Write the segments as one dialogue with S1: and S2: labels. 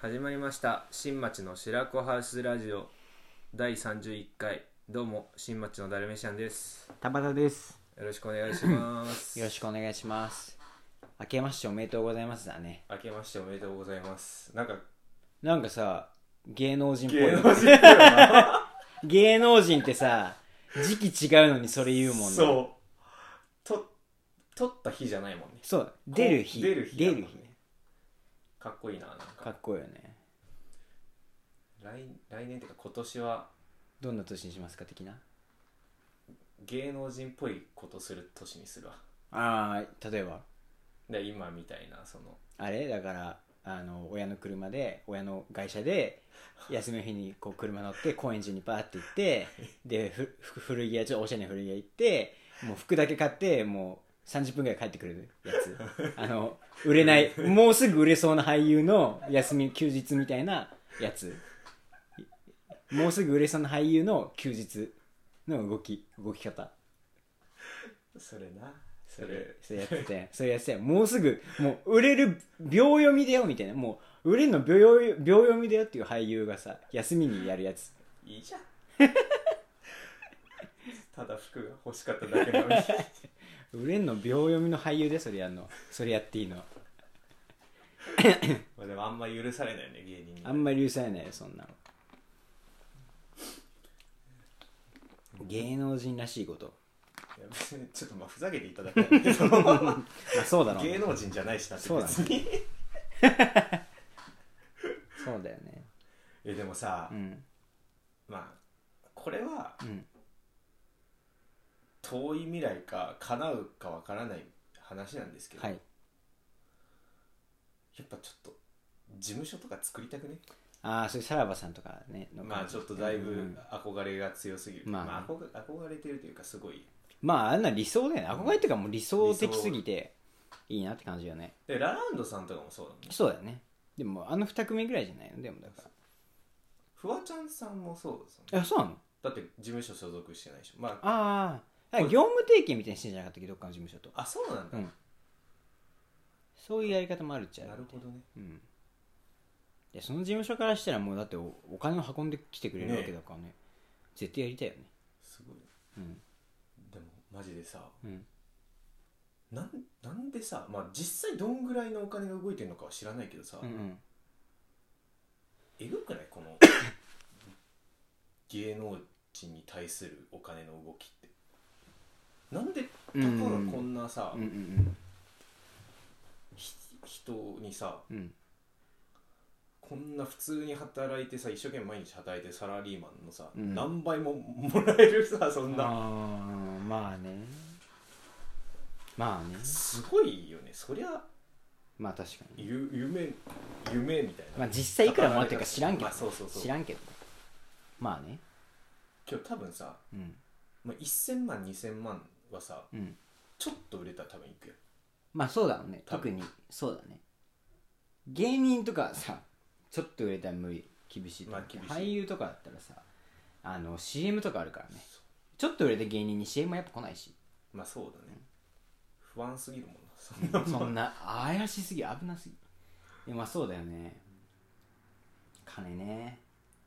S1: 始まりました新町の白子ハウスラジオ第31回どうも新町のダルメシアンです
S2: 田畑です
S1: よろしくお願いします
S3: よろしくお願いします。明けましておめでとうございますだね。
S1: 明けましておめでとうございますなんか
S3: なんかさ、芸能人っぽい
S1: 芸能
S3: よね。
S1: 人っぽいよな
S3: 芸能人ってさ、時期違うのにそれ言うもんね。
S1: そうと撮った日じゃないもんね
S3: そう。出る日。
S1: 出る日
S3: 出
S1: だもん
S3: る
S1: ね
S3: 日ね。
S1: かっこいいななんか
S3: かっこいいよね。
S1: 来来年っていうか今年は
S3: どんな年にしますか的な。
S1: 芸能人っぽいことする年にするわ
S3: ああ、例えば。
S1: で今みたいなその
S3: あれだから、あの、親の車で、親の会社で、休みの日にこう車乗って高円寺にバーって行って、で、ふふ古着屋、ちょっとおしゃれな古着屋行って、もう服だけ買って、もう30分ぐらい帰ってくるやつ。あの、売れない、もうすぐ売れそうな俳優の休み、休日みたいなやつ。もうすぐ売れそうな俳優の休日の動き、動き方。
S1: それなそ
S3: それ
S1: れ、
S3: それやってて、それやってて、もうすぐ、もう売れる秒読みだよみたいな、もう売れるの秒読み秒読みだよっていう俳優がさ、休みにやるやつ。
S1: いいじゃん ただ服が欲しかっただけな のに
S3: 売れるの秒読みの俳優でそれやんの。それやっていいの。
S1: まあでもあんま許されないよね芸人に
S3: あんまり許されないよ、そんなの。芸能人らしいこと。
S1: いや別にちょっとまあふざけていただきたいんだけ ど
S3: まあ、そうだろう
S1: 芸
S3: ね。
S1: 能人じゃないしなって
S3: そうだね
S1: 別に
S3: そうだよね。
S1: えでもさ、
S3: うん。
S1: まあこれは
S3: うん。
S1: 遠い未来か叶うかわからない話なんですけど、
S3: は
S1: や
S3: い。
S1: っぱちょっと事務所とか作りたくね
S3: ああ、それさらばさんとかね。の
S1: まあちょっとだい
S3: うんう
S1: ぶ
S3: ん
S1: 憧れが強すぎる、
S3: まあ
S1: まあ、憧憧れてるというかすごい
S3: まあ、あんな理想だよね。憧れっていうかもう理想的すぎて、いいなって感じよね。
S1: でラランドさんとかもそうだもんね
S3: そうだよねでもあの2組ぐらいじゃないのでもだか
S1: フワちゃんさんもそうですよね
S3: らあそうなの
S1: だって事務所所属してないでしょまあ
S3: あああ業務提携みたいにしてんじゃなかったっけどっかの事務所と
S1: あそうなんだ、
S3: うんそういうやり方もあるっちゃ
S1: なるほどね
S3: うんでその事務所からしたらもうだっておお金を運んできてくれるわけだからね絶対やりたいよね
S1: すごい
S3: うん
S1: でもマジでさ
S3: うん
S1: なんなんでさ、まあ、実際どんぐらいのお金が動いてるのかは知らないけどさ、
S3: うんうん
S1: えぐくないこの芸能人に対するお金の動きってなんで
S3: う
S1: た
S3: ん
S1: かがこんなさ、
S3: うんうん
S1: ひ人にさ
S3: うんうん
S1: こんな普通に働いてさ一生懸命毎日働いてサラリーマンのさ、
S3: うん
S1: 何倍ももらえるさそん
S3: あ
S1: な
S3: あまあねまあね
S1: すごいよねそりゃ
S3: まあ確かに
S1: ゆ夢夢みたいな、
S3: まあ実際いくらもらってるか知らんけど、
S1: まあそうそうそう
S3: 知らんけどまあね
S1: 今日多分さ、
S3: うん
S1: まあ、1000万2000万はさ
S3: うん
S1: ちょっと売れたら多分いくよ
S3: まあそうだろうね
S1: 多
S3: 特
S1: 分
S3: にそうだね芸人とかさちょっと売れたら無理厳しいと思うけど
S1: まあ厳しい
S3: 俳優とかだったらさあの CM とかあるからねちょっと売れた芸人に CM はやっぱ来な いし
S1: まあそうだね、不安すぎるもんなそんなもん
S3: そんな怪しすぎ危なすぎいやまあそうだよね金ね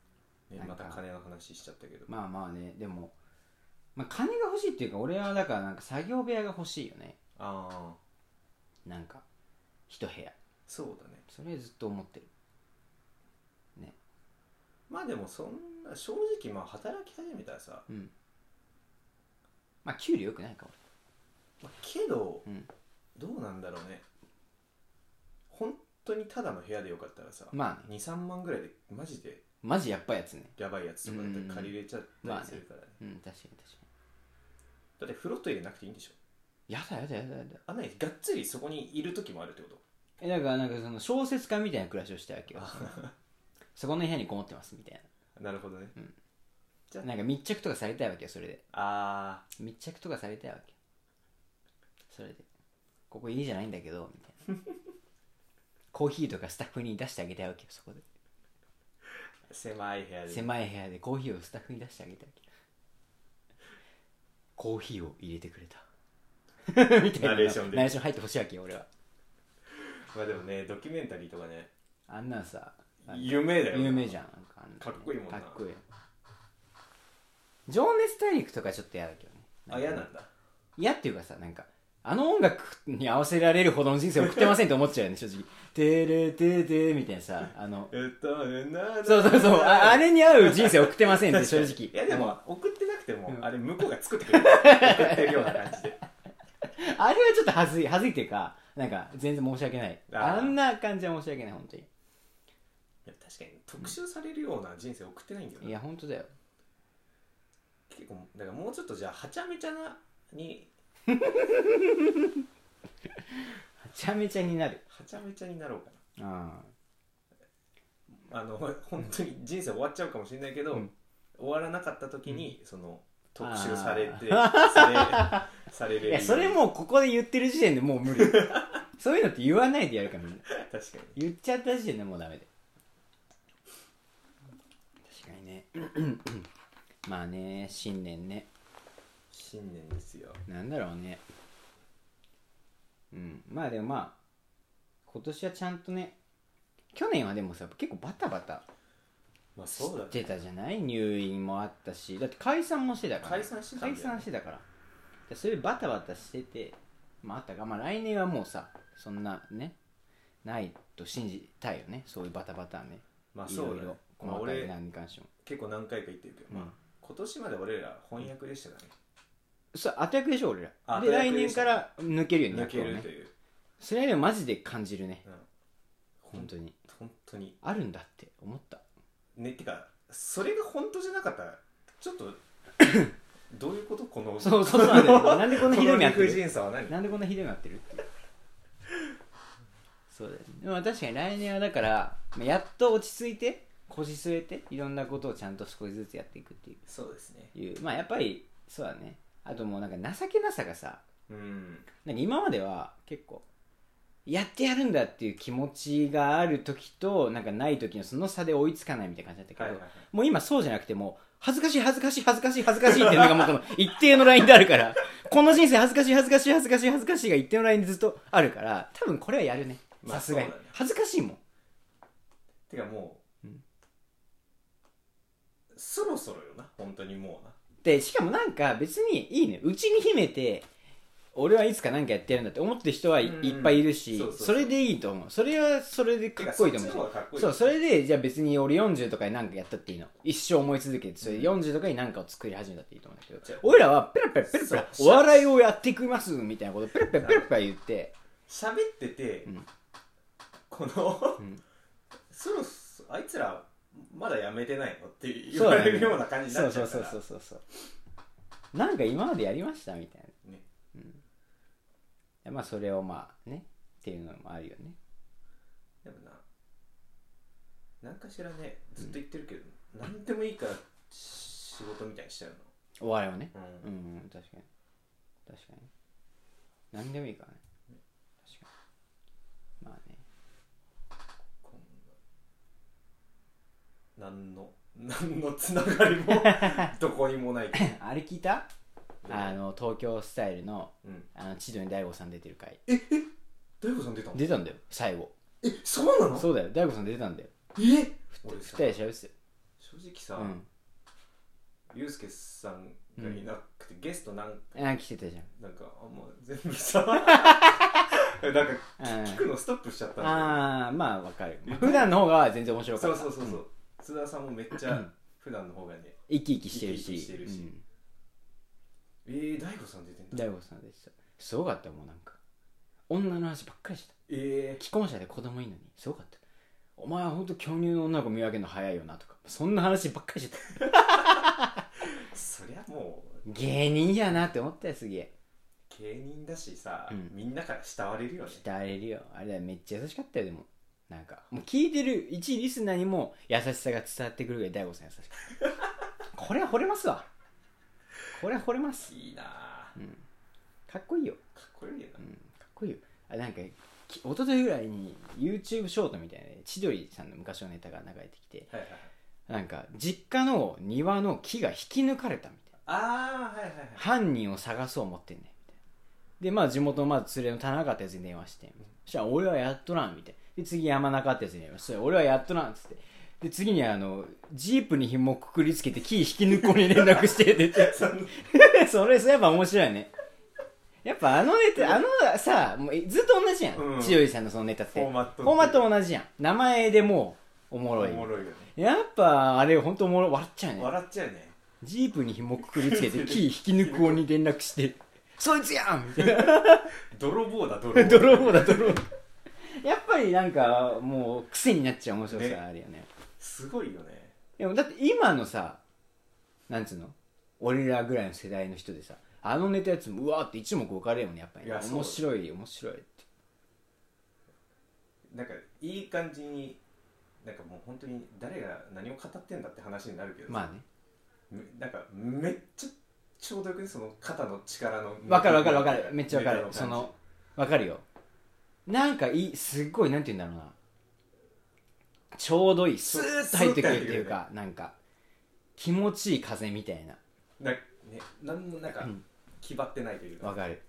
S1: ね、また金の話しちゃったけど、
S3: まあまあねでも、まあ、金が欲しいっていうか俺はだからなんか作業部屋が欲しいよね
S1: ああ
S3: なんか一部屋
S1: そうだね
S3: それずっと思ってる
S1: まあでもそんな正直まあ働き始めたらさ、
S3: うんまあ給料良くないか
S1: まあ、けど、
S3: うん
S1: どうなんだろうね本当にただの部屋でよかったらさ、
S3: 俺まあね
S1: 23万ぐらいでマジで
S3: マジやっばいやつね
S1: やばいやつとかだったら借りれちゃったりするからね,、
S3: うん確かに確か
S1: だって風呂と入れなくていいんでしょ
S3: にやだやだやだやだ
S1: あんなにがっつりそこにいる時もあるってこと
S3: えだからなんかその小説家みたいな暮らしをしてるわ けよそこの部屋にこもってますみたい
S1: なるほどね
S3: ななんか密着とかされたいわけよそれで
S1: あ
S3: 密着とかされたいわけよそれでここいいじゃないんだけどみたいな コーヒーとかスタッフに出してあげたいわけよそこで
S1: あ狭い部屋で
S3: 狭い部屋でコーヒーをスタッフに出してあげたいわけコーヒーを入れてくれた みたいな
S1: ナレーションで
S3: ナレーション入ってほしいわけよ俺は
S1: まあでもねドキュメンタリーとかね
S3: あんなんさ
S1: 夢だよ
S3: 有名じゃんなんかあの
S1: かっこいいもんな
S3: かっこいい情熱大陸とかちょっと嫌だけどね
S1: あ嫌なんだ
S3: 嫌っていうかさなんかあの音楽に合わせられるほどの人生送ってませんって思っちゃうよね正直「てれてて」みたいなさあの
S1: 歌うな
S3: そうそうそうああれに合う人生送ってませんって
S1: 確か
S3: 正
S1: にい
S3: 直
S1: やでも送ってなくても
S3: うん
S1: あれ向こうが作ってくれる送ってるような 感じで
S3: あれはちょっとはずい、はずいっていうか、なんか全然申し訳ない。
S1: あ
S3: あ
S1: ー
S3: んな感じは申し訳ない、本当に。
S1: いや確かに特集されるような人生送ってないんだよない
S3: や、本当だよ。
S1: 結構だからもうちょっとじゃあはちゃめちゃなに
S3: はちゃめちゃになる。
S1: はちゃめちゃになろうか
S3: あ
S1: なあの本当に人生終わっちゃうかもしれないけど、
S3: うん
S1: 終わらなかった時に、その特集
S3: あー
S1: されてされ される
S3: いや、それもうここで言ってる時点でもう無理。 そういうのって言わないでやるからみんな。
S1: 確かに
S3: 言っちゃった時点でもうダメで。確かにね。 まあね、新年ね。
S1: 新年ですよ
S3: なんだろうね。うん。まあでもまあ、今年はちゃんとね、去年はでもさ、結構バタバタ。
S1: まあそうだね
S3: してたじゃない入院もあったしだって解散もしてたから
S1: 解散してたんだよね
S3: 解散してたからでそれでバタバタしててまああったがまあ来年はもうさそんなねないと信じたいよねそういうバタバタはね
S1: まあ
S3: い
S1: そう
S3: ろい
S1: だね
S3: ろ
S1: まあ
S3: 細かい
S1: 俺
S3: 何に関しても
S1: 結構何回か言ってるけど、まあ今年まで俺ら翻訳でしたからね
S3: そう後役でしょ俺ら
S1: 後
S3: で
S1: 役
S3: 来
S1: で
S3: 年
S1: し
S3: か
S1: た
S3: ら抜けるようにな
S1: 抜ける
S3: ね
S1: という、
S3: それはでもマジで感じるね
S1: うん、
S3: 本当に
S1: 本当に
S3: あるんだって思った
S1: ねてかそれが本当じゃなかったらちょっと どういうことこの
S3: そうそ うなん だよねなんでこんなひどい目あって
S1: この
S3: る
S1: 理不尽さは何
S3: なんでこんなひどくなってるっていうそうだよねでも確かに来年はだからまあやっと落ち着いて腰据えていろんなことをちゃんと少しずつやっていくってい
S1: そうですね
S3: ういうまあやっぱりそうだねあともうなんか情けなさがさ
S1: うん
S3: なんか今までは結構やってやるんだっていう気持ちがある時となんかない時のその差で追いつかないみたいな感じだったけど、
S1: はいはいはい
S3: もう今そうじゃなくてもう恥ずかしい恥ずかしい恥ずかしい恥ずかしいってなんかもうこの一定のラインであるから この人生恥ずかしい恥ずかしい恥ずかしい恥ずかしいが一定のラインでずっとあるから多分これはやるね
S1: まあ
S3: さすがに
S1: そうだね
S3: 恥ずかしいもん
S1: てかもう、
S3: うん
S1: そろそろよな本当にもうな
S3: でしかもなんか別にいいねうちに秘めて俺はいつか何かやってるんだって思ってる人はい,、
S1: うん
S3: いっぱいいるし
S1: そ
S3: そう
S1: そうそう
S3: れでいいと思うそれはそれでかっこいいと思
S1: てかそっ
S3: う
S1: ちの方がかっこいい
S3: そうそれでじゃあ別に俺40とかに何かやったっていいの一生思い続けてそれで40とかに何かを作り始めたっていいと思うんだけ
S1: じゃあ
S3: ど俺らはペラペラペラペラ
S1: そう
S3: お笑いをやっていきますみたいなことペラペラペラペラ言って
S1: 喋ってて、
S3: うん
S1: この、
S3: うん
S1: そろそろあいつらまだやめてないのって言
S3: そう
S1: わ
S3: だ
S1: れ
S3: ね
S1: るような感じに
S3: そ
S1: な
S3: う
S1: っちゃ
S3: そう
S1: うか
S3: そう
S1: ら
S3: そうそうそうなんか今までやりましたみたい
S1: ね
S3: なまあそれをまあねっていうのもあるよね
S1: でもな何かしらねずっと言ってるけど、何でもいいから仕事みたいにしちゃう
S3: お笑いをね
S1: の、
S3: う
S1: うん
S3: ん、うん、確かに確かに何でもいいからね確かにまあね
S1: こんな何の何のつながり もどこにもないけ
S3: あれ聞いた
S1: ど
S3: あの東京スタイルの
S1: うん
S3: あの千鳥大悟さん出てる回
S1: 大悟さん出たの
S3: 出たんだよ最後
S1: えそうなの
S3: そうだよ大悟さん出てたんだよ
S1: え俺
S3: 二
S1: さ
S3: 人で喋って
S1: 正直
S3: た
S1: さ、
S3: よ、うん、
S1: ゆうすけさんがいなくて、ゲストなん
S3: えなんか来てたじ
S1: なんかあんま全部 さなんか
S3: ゃん、うん、
S1: 聞くのストップしちゃったんだよ
S3: ああまあわかる 普段の方が全然面白か
S1: そ
S3: っ
S1: う
S3: た
S1: そうそうそう、
S3: ん
S1: 津田さんもめっちゃ普段の方がね
S3: 生き生きしてるし
S1: 生き生きしてるし
S3: うん
S1: えー、大悟さん出てんだ
S3: 大悟さんでしたすごかったもうなんか女の話ばっかりしてた
S1: え
S3: 既婚者で子供いいのにすごかったお前は本当巨乳の女の子見分けるの早いよなとかそんな話ばっかりしてた
S1: ー、そりゃもう
S3: 芸人やなって思ったよすげえ
S1: 芸人だしさ、
S3: うん
S1: みんなから慕われるよね
S3: 鍛えれるよあれだよめっちゃ優しかったよでもなんかもう聞いてる一リスナーにも優しさが伝わってくるぐらい大悟さん優しかったこれは惚れますわこれは惚れます
S1: いいなあ
S3: うんかっこいいよ、
S1: かっこいいよな
S3: うん、かっこいいよあなんかき一昨日ぐらいに YouTube ショートみたいなね千鳥さんの昔のネタが流れてきて
S1: はいはいはい
S3: なんか実家の庭の木が引き抜かれたみたいな
S1: ああはいはいはい
S3: 犯人を探そう思ってんねんみたいなでまあ地元のまず連れの田中ってやつに電話してそしたら俺はやっとらんみたいなで次山中ってやつにやりますそれ俺はやっとなんつってで次にあのジープに紐くくりつけてキー引き抜く子に連絡してって言って それやっぱ面白いねやっぱあのネタあのさもうずっと同じやん、
S1: うん
S3: 千代井さんのそのネタって
S1: フォーマット
S3: フォーマット同じやん名前でもうおもろい
S1: おもろいよね
S3: やっぱあれ本当おもろい笑っちゃうね
S1: 笑っちゃうね
S3: ジープに紐くくりつけてキー引き抜く子に連絡して「 そいつやん!」みたいな
S1: 泥棒 だ泥
S3: 泥棒だ泥棒やっぱりなんかもう癖になっちゃう面白さあるよね
S1: すごいよね
S3: でもだって今のさなんつうの俺らぐらいの世代の人でさあのネタやつもうわーって一目置かれるよねやっぱり
S1: いやそう
S3: 面白い面白いって
S1: なんかいい感じになんかもう本当に誰が何を語ってんだって話になるけどさ
S3: まあね
S1: めなんかめっちゃちょうどよくねその肩の力の
S3: わかるわかるわかるめっちゃわかる
S1: メタ
S3: そ
S1: ル感じ
S3: のわかるよなんかいいすっごいなんて言うんだろうなちょうどいいス
S1: そう
S3: ーッと入ってくるっていう
S1: スー
S3: かなんか気持ちいい風みたいな
S1: な,、ね、なんなんか
S3: うん
S1: 気張ってないという
S3: わかる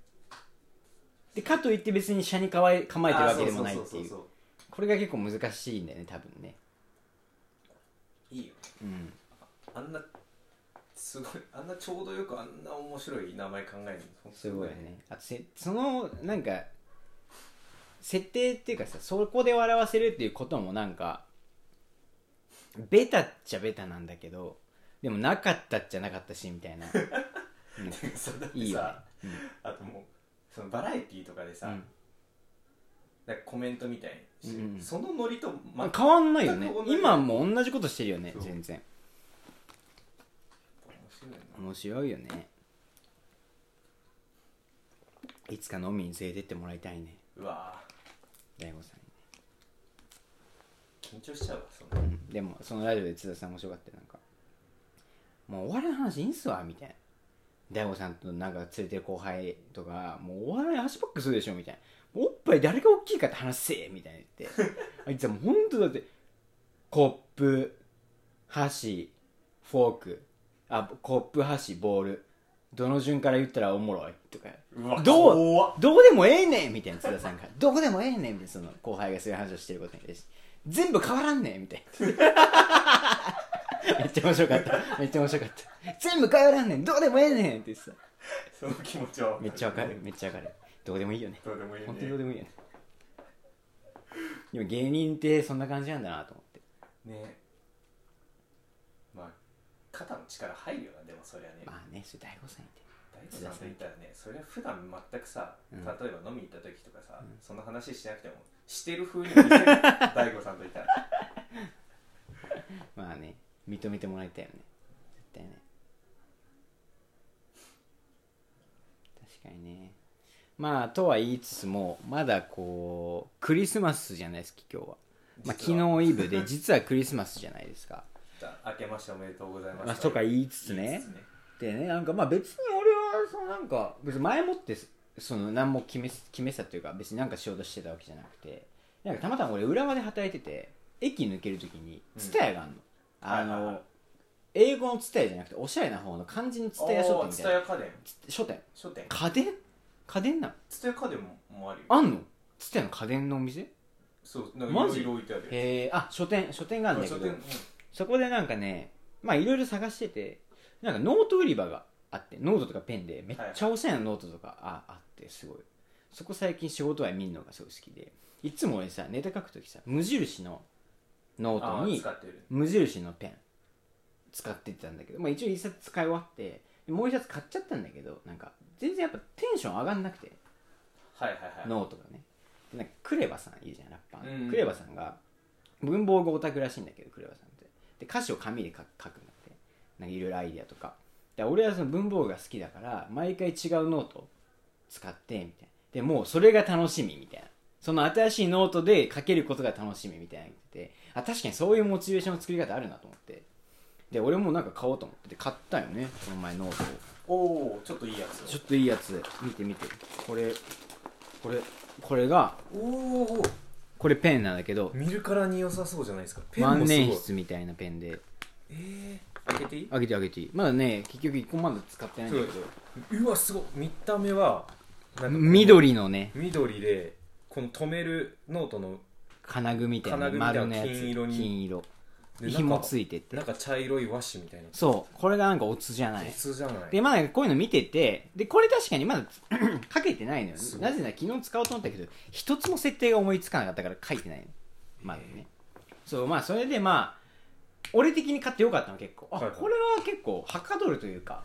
S3: でかといって別に車に構え構えてるわけでもない
S1: あ
S3: っ
S1: ー
S3: て
S1: そうそう
S3: い
S1: そううそ
S3: これが結構難しいんだよね多分ね
S1: ういいよ
S3: うん
S1: あんなすごいあんなちょうどよくあんな面白い名前考えるの
S3: すごいよねあとせそのなんか設定っていうかさそこで笑わせるっていうこともなんかベタっちゃベタなんだけどでもなかったっちゃなかったしみたいな
S1: てかさだ ってさ
S3: いいよね
S1: あともうそのバラエティーとかでさ、
S3: うん
S1: なんかコメントみたいにして、
S3: うんうん
S1: そのノリとま
S3: まあ、変わんないよね
S1: 全く同じ
S3: 今も同じことしてるよね
S1: そう
S3: 全然
S1: 面白いな
S3: 面白いよねいつか飲みに連れてってもらいたいね
S1: うわ
S3: 大悟さん
S1: 緊
S3: に
S1: 張しちゃうわそんな
S3: うんでもそのラジオで津田さん面白かったよなんか「もうお笑いの話いいんすわ」みたいな大悟さんとなんか連れてる後輩とか「もうお笑い足ばっかするでしょ」みたいな「おっぱい誰が大きいかって話せ」みたいな言ってあいつはもうほんとだってコップ箸フォークあコップ箸ボールどの順から言ったらおもろいとか
S1: うわ
S3: どう
S1: 怖っ
S3: どうでもええねんみたいな津田さんが「どこでもええねん」みたいなその後輩がそういう話をしてることに対して「全部変わらんねん」みたいな めっちゃ面白かっためっちゃ面白かった全部変わらんねんどうでもええねんって言ってさ
S1: その気持ちは
S3: めっちゃわかるめっちゃわかるどうでもいいよね
S1: どうでもいいね
S3: 本当にどうでもいいよねでも芸人ってそんな感じなんだなと思って
S1: ねまあ肩の力入るよなでもそりゃね
S3: まあねそれ大悟さんいて
S1: 大悟さんと言ったらねそれは普段全くさ、
S3: うん
S1: 例えば飲み行った時とかさ、そんな話しなくてもしてる風に見せる大悟さんと言ったら
S3: まあね認めてもらいたいよね絶対ね確かにねまあとは言いつつもまだこうクリスマスじゃないですか今日は、 まあ、
S1: 実は
S3: 昨日イブで実はクリスマスじゃないですか
S1: 明けましておめでとうござい ます
S3: まあとか言いつつ
S1: 言い
S3: ね
S1: つつ
S3: でねなんかまあ別に俺はそのなんか別に前もってその何も決め決めてたというか別になんかしようとしてたわけじゃなくてなんかたまたま俺浦和で働いてて駅抜けるときに蔦屋があるの、あの、
S1: はいはいはい
S3: 英語の蔦屋じゃなくておしゃれな方の漢字の蔦屋書
S1: お
S3: 店
S1: ー
S3: みた
S1: 蔦
S3: いな
S1: 屋家電
S3: 書店
S1: 書店
S3: 家電家電なの
S1: 蔦屋家電ももあるよ
S3: あんの蔦屋の家電のお店
S1: そうなんかいろいろ置いてあるよ
S3: えー、あ書店書店があるんだけ
S1: 書
S3: ど
S1: 店うん
S3: そこでなんかねまあいろいろ探しててなんかノート売り場があってノートとかペンでめっちゃおしゃれなノートとかああってすごいそこ最近仕事外見るのがすごい好きでいつも俺さネタ書くときさ無印のノー
S1: あ
S3: ト
S1: ー
S3: に
S1: 使ってる
S3: 無印のペン使ってたんだけど、まあ、一応一冊使い終わってもう一冊買っちゃったんだけどなんか全然やっぱテンション上がんなくて
S1: はいはいはい
S3: ノートがねでなんかクレバさんいるじゃんラッパーの、
S1: うん
S3: クレバさんが文房具オタクらしいんだけどクレバさんってで歌詞を紙で書く書くんだってなんかいろいろアイディアとかで俺はその文房具が好きだから毎回違うノート使ってみたいなでもうそれが楽しみみたいなその新しいノートで書けることが楽しみみたいなの言っててあ確かにそういうモチベーションの作り方あるなと思ってで俺もなんか買おうと思ってて買ったよねこの前ノートを
S1: おおちょっといいやつ
S3: ちょっといいやつ見て見てこれこれこれが
S1: おお
S3: これペンなんだけど
S1: 見るからに良さそうじゃないですかペン
S3: 万
S1: もすごい
S3: 年筆みたいなペンで
S1: えー、開けていい
S3: あげてあげていいまだね結局1個まだ使ってないんだけど
S1: うわすごい見た目はなんかこの
S3: 緑のね
S1: 緑でこの止めるノートの
S3: 金具みたいな
S4: 金具みたいな
S3: 丸のやつ
S4: 金色に
S3: 金色
S4: で
S3: 紐ついてて
S4: なんか茶色い和紙みたいな
S3: そうこれがなんかオツじゃない
S4: 鉄じゃない
S3: でまあこういうの見ててでこれ確かにまだ かけてないのよ
S4: すごい
S3: なぜなら昨日使おうと思ったけど一つも設定が思いつかなかったから書いてないのまだねそうまあそれでまあ俺的に買ってよかったの結構あ、
S4: はいはい
S3: これは結構はかどるというか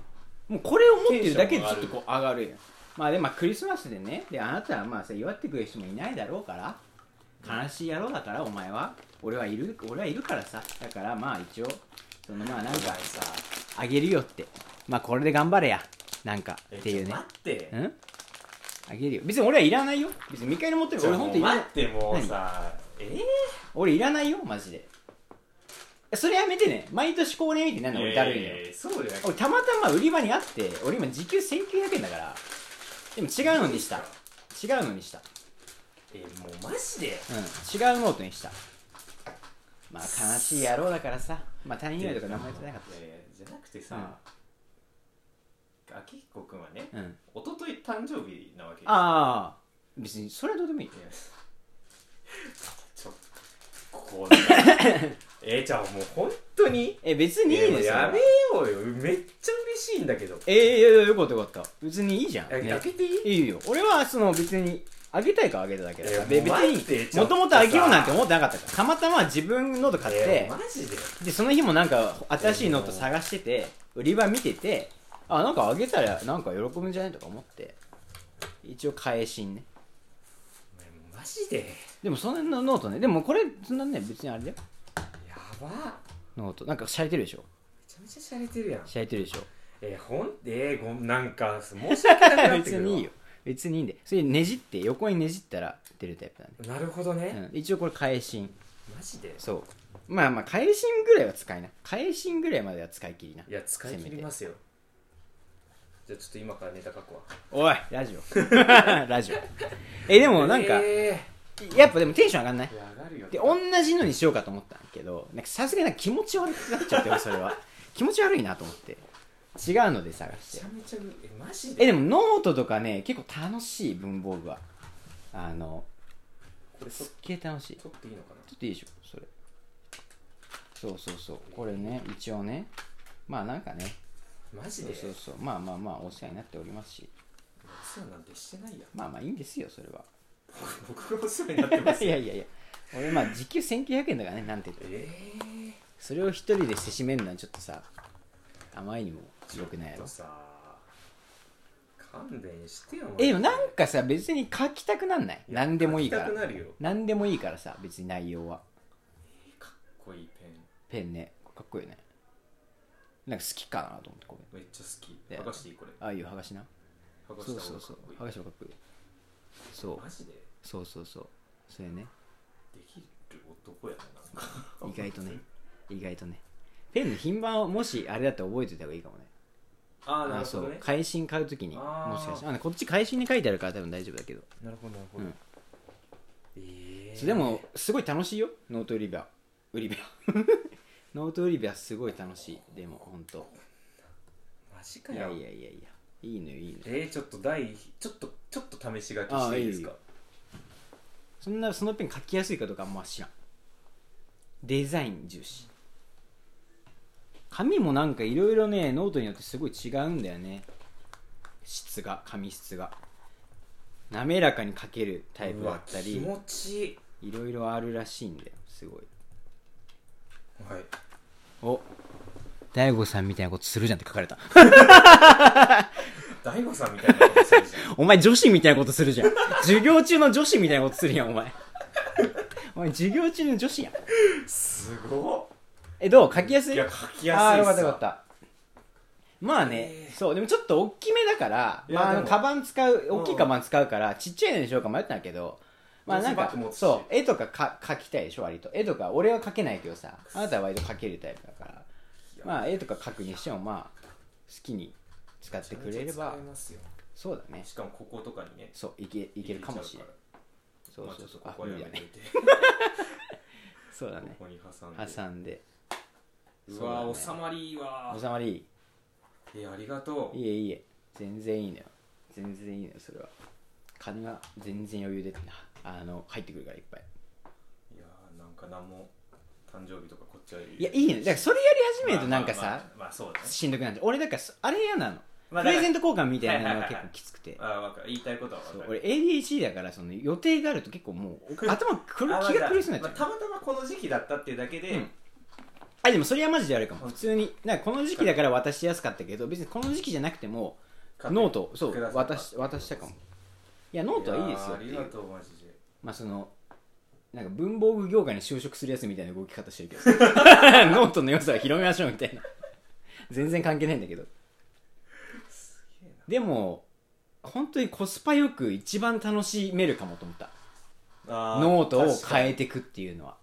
S3: もうこれを持ってるだけでちょっとこう上がるやんまあでもまあクリスマスでねであなたはまあさ祝ってくれる人もいないだろうから悲しい野郎だからお前は俺はいる俺はいるからさだからまあ一応そのまあなんかさあげるよってまあこれで頑張れやなんか
S1: え
S3: っていう
S1: ち
S3: ね
S1: ょ待って
S3: うんあげるよ別に俺はいらないよ別に見返り持ってる
S1: ちょ
S3: 俺本当いらない
S1: 待ってもうさえ
S3: 俺いらないよマジでそれやめてね毎年恒例みたいにな
S1: ー
S3: るの俺だるいのよ
S1: やややそうじゃなく
S3: 俺たまたま売り場にあって俺今時給1900円だからでも違うのにした違うのにした
S1: てえもうマジで
S3: うん違うノートにしたまあ悲しい野郎だからさまあ他人以外とか名前じゃなかっ
S1: いやいやじゃなくてさ明彦君はね
S3: たうん
S1: 一昨日誕生日なわけよ
S3: ああ別にそれはどうでもいい
S1: いやちょこう なえーちゃんもう本当に
S3: え別にいい
S1: い
S3: で
S1: や
S3: すよ
S1: やめようよめっちゃ嬉しいんだけど
S3: えー、いやいやよかったよかった別にいいじゃん、
S1: え
S3: ね
S1: 開けていい
S3: いいよ俺はその別にあげたいからあげただけだから、
S1: い
S3: べ
S1: や
S3: 別
S1: もう待って
S3: に
S1: ちょ
S3: も
S1: っとさ
S3: ともとあげようなんて思ってなかったからたまたま自分のと買っ
S1: え
S3: て
S1: ーマジで
S3: でその日もなんか新しいノート探してて売り場見ててあなんかあげたらなんか喜ぶんじゃないとか思って一応返しにね
S1: マジで
S3: でもそんなノートねでもこれそんなね別にあれだよ
S1: やばめ
S3: ノートなんかしゃれてるでしょ
S1: ちゃめちゃしゃれてるやん
S3: しゃれてるでしょ
S1: えー、ほんえー、ごなんか申し訳なくなってく
S3: 別
S1: る わ
S3: にいいよ別にいいんでそれねじって横にねじったら出るタイプなんで
S1: なるほどね、
S3: うん、一応これ返しん
S1: マジで
S3: そうまあまあ返しんぐらいは使いな返しんぐらいまでは使い切りない
S1: や使い切りますよじゃあちょっと今からネタ書くわ
S3: おいラジ オラジオえでもなんか、
S1: え
S3: やっぱでもテンション上がんない
S1: ー、いや上がるよ
S3: で同じのにしようかと思ったんだけどなんかさすがになんか気持ち悪くなっちゃって俺それは気持ち悪いなと思って違うので探
S1: めち
S3: して
S1: ゃめちゃうえマジで
S3: えでもノートとかね結構楽しい文房具はあの
S1: これと
S3: すっげえ楽しいちょ
S1: 取っていいのかな
S3: っといいでしょそれそうそうそうこれね一応ねまあなんかね
S1: マジ
S3: そう
S1: で
S3: そうそうまあまあまあお世話になっておりますし
S1: お世話なんてしてないやん
S3: まあまあいいんですよそれは
S1: 僕がお世話になってます
S3: いやいやいや俺まあ時給1900円だからねなんて言って
S1: え
S3: それを一人でせしめるのはちょっとさあまりにも
S1: ー、
S3: 良くないや
S1: ちょ
S3: ろ
S1: っとさ勘弁してよマジ
S3: えでもなんかさ別に書きたくなんない
S1: いや
S3: 何でもいいか
S1: 書きたく
S3: ら
S1: なるよ
S3: 何でもいいからさ別に内容は
S1: かっこいいペン
S3: ペンねかっこいいよねなんか好きかなと思ってこ
S1: めっちゃ好
S3: で
S1: き剥がしていいこれ
S3: れああいうはがしな
S1: 剥が
S3: そ
S1: し
S3: う
S1: た方
S3: そ
S1: が
S3: う
S1: か
S3: そ
S1: っこい
S3: う
S1: い
S3: はがしはかっこいいそう
S1: マジで
S3: そうそうそうそれね
S1: できる男やななんか
S3: 意外とね意外とねペンの品番をもしあれだったら覚えておいた方がいいかもね
S1: ああな
S3: あ
S1: る
S3: そ
S1: ほど
S3: う
S1: ね
S3: 会心買うときに
S1: あー
S3: もしかしてあこっち会心に書いてあるから多分大丈夫だけど
S4: なるほどなるほ
S3: ど
S1: え
S3: そうでもすごい楽しいよノート売り場売り場 ノート売り場すごい楽しいでも本当
S1: マジか
S3: いやい
S1: よ
S3: やいやいやいいのよいいのよ
S1: えー、ちょっと第ちょっとちょっと試し書き
S3: あ
S1: し
S3: ー
S1: ていいですか
S3: いいそんなそのペン書きやすいかどうかあんま知らんデザイン重視紙もなんかいろいろねノートによってすごい違うんだよね質が紙質が滑らかに書けるタイプだったり
S1: うわ気持ちいい
S3: いろいろあるらしいんだよすごい
S1: はい
S3: お大悟さんみたいなことするじゃんって書かれた
S1: 大悟さんみたいなことするじゃん
S3: お前女子みたいなことするじゃん。授業中の女子みたいなことするやん、お 前。お前授業中の女子やん。
S1: すご
S3: え、どう書きやす
S1: っ
S3: い
S1: いや書き
S3: あ
S1: や
S3: あ
S1: すい
S3: ー、よ
S1: っ
S3: か
S1: す
S3: ったよかった。まあね、
S1: えー
S3: そう、でもちょっと大きめだから、
S1: いや
S3: まあ、あ
S1: で
S3: の、
S1: も
S3: カバン使う、大きいカバン使うから、ちっちゃいのにしようか迷ったんだけど、まあなん
S1: バ
S3: か
S1: ッグ持、つし
S3: そう、絵とかか描きたいでしょ、割と。絵とか、俺は描けないけどさ、あなたは割と描けるタイプだから、まあ絵とか描くにしても、まあ、好きに使ってくれれば
S1: めちゃめちゃ使え、ますよ
S3: そうだね。
S1: しかもこことかにね
S3: そう、いけ、いけるかもしれない
S1: 入。
S3: そ
S1: れ
S3: う
S1: ちゃうからまあちょ
S3: そ
S1: っ
S3: う
S1: と
S3: そう。
S1: ここはやめといて
S3: そうだ
S1: こ
S3: ね。
S1: こに挟んで
S3: 挟んで。
S1: うわー
S3: そう
S1: 収まりいいわ
S3: 収まり
S1: えーありがと
S3: いい。いいえいいえ。全然いいのよ。全然いいのよ、それは。金が全然余裕で、あの、入ってくるからいっぱい。
S1: ういやか何も誕生日とかこっちはい
S3: いやいいねだからそれやり始めるとなんかさ、
S1: まあまあまあ、まあそうだね、
S3: しんどくなっちゃう俺だからそあれ嫌なの、
S1: まあ、
S3: プレゼン
S1: ト
S3: ト交換みたいなのが結構きつくて
S1: あわかる言いたいことは
S3: そう
S1: 分か
S3: 俺
S1: る
S3: ADHD だからその予定があると結構もう
S1: く
S3: 頭くる
S1: あまあ
S3: 気が狂いそうになっちゃう、
S1: まあたまたまこの時期だったっていうだけで、
S3: うんあでもそれはマジであるかも
S1: うん
S3: 普通になんかこの時期だから渡しやすかったけど別にこの時期じゃなくてもノートそう
S1: くださった
S3: 渡し渡したかもいやノートはいいです
S1: や
S3: よっ
S1: あ
S3: て
S1: り
S3: い
S1: が
S3: う
S1: とうマジで
S3: まあそのなんか文房具業界に就職するやつみたいな動き方してるけど ノートの良さは広めましょうみたいな全然関係ないんだけど
S1: すげえ
S3: でも本当にコスパよく一番楽しめるかもと思った
S1: なあ
S3: ノートを変え
S1: て
S3: てくっていうのは